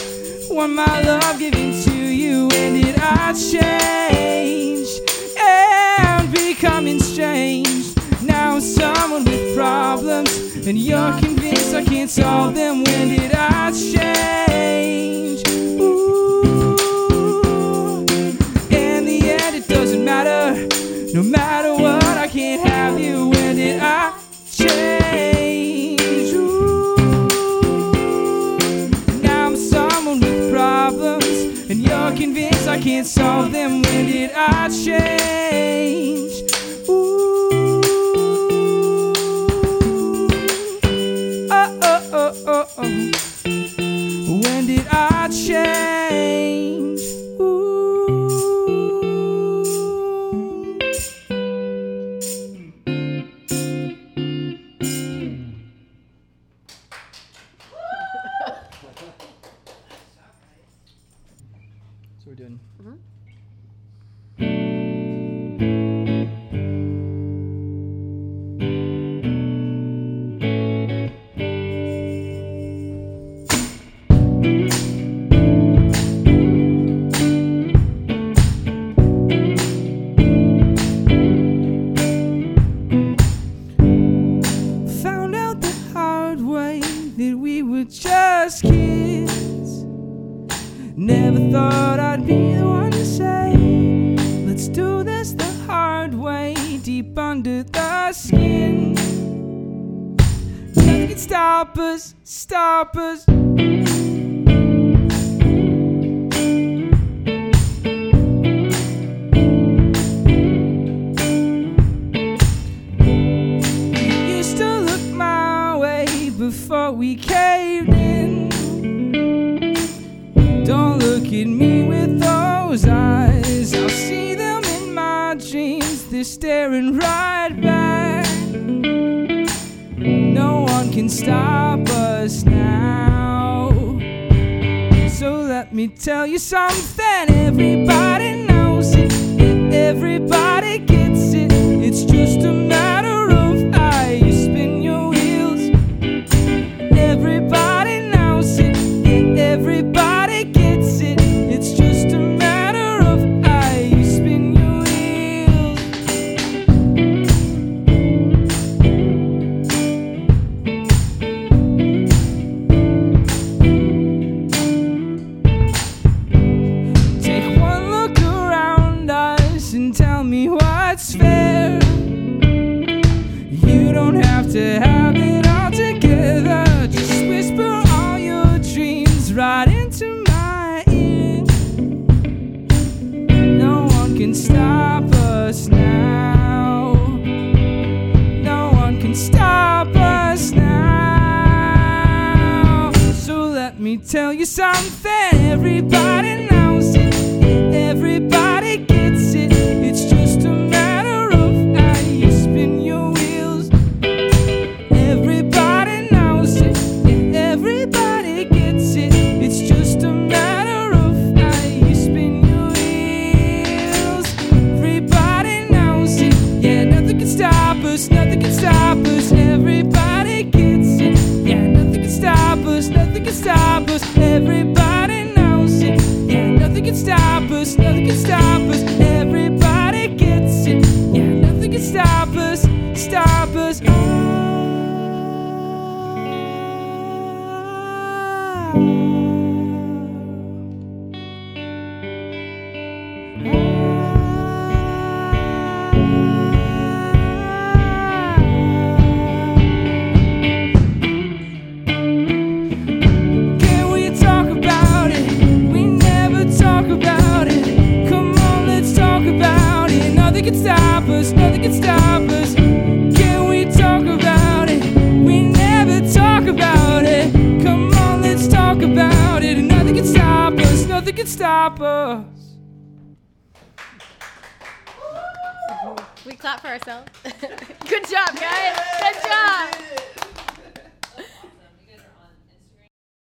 When my love given to you, when did I change? And becoming strange. Now I'm someone with problems, and you're convinced I can't. can't solve them. When did I change? Ooh. In the end, it doesn't matter. No matter what, I can't have you. When did I change? Ooh. Now I'm someone with problems, and you're convinced I can't solve them. When did I change? Ooh. Oh, oh, oh, oh, oh. When did I change? Ooh.
So we're doing.
Found out the hard way that we were just kids. Never thought I'd be the one to say, Let's do this the hard way, deep under the skin. Nothing can stop us, stop us. used to look my way before we caved in. Don't look at me with those eyes. I'll see them in my dreams. They're staring right back. No one can stop us now. So let me tell you something. Everybody knows it. Everybody gets it. It's just a matter of how you spin your wheels. Everybody knows it. Everybody gets it. It's just a matter of how you spin your wheels. Take one look around us and tell me what's fair. You don't have to have it all together. Just whisper all your dreams right into my ear. No one can stop us now. No one can stop us now. So let me tell you something. Everybody knows it. Everybody gets it. It's just a matter of how you spin your wheels. Everybody knows it. Everybody gets it. It's just a matter of how you spin your wheels. Everybody knows it. Yeah, nothing can stop us. Nothing can stop us. Everybody gets it. Yeah, nothing can stop us. Nothing can stop us. Everybody knows it. Yeah, nothing can stop us. Nothing can stop us. Everybody gets it. Yeah, nothing can stop us. Stop us. Can we talk about it? We never talk about it. Come on, let's talk about it. Nothing can stop us, nothing can stop us. Can we talk about it? We never talk about it. Come on, let's talk about it. Nothing can stop us, nothing can stop us.
We clap for ourselves. Good job, guys.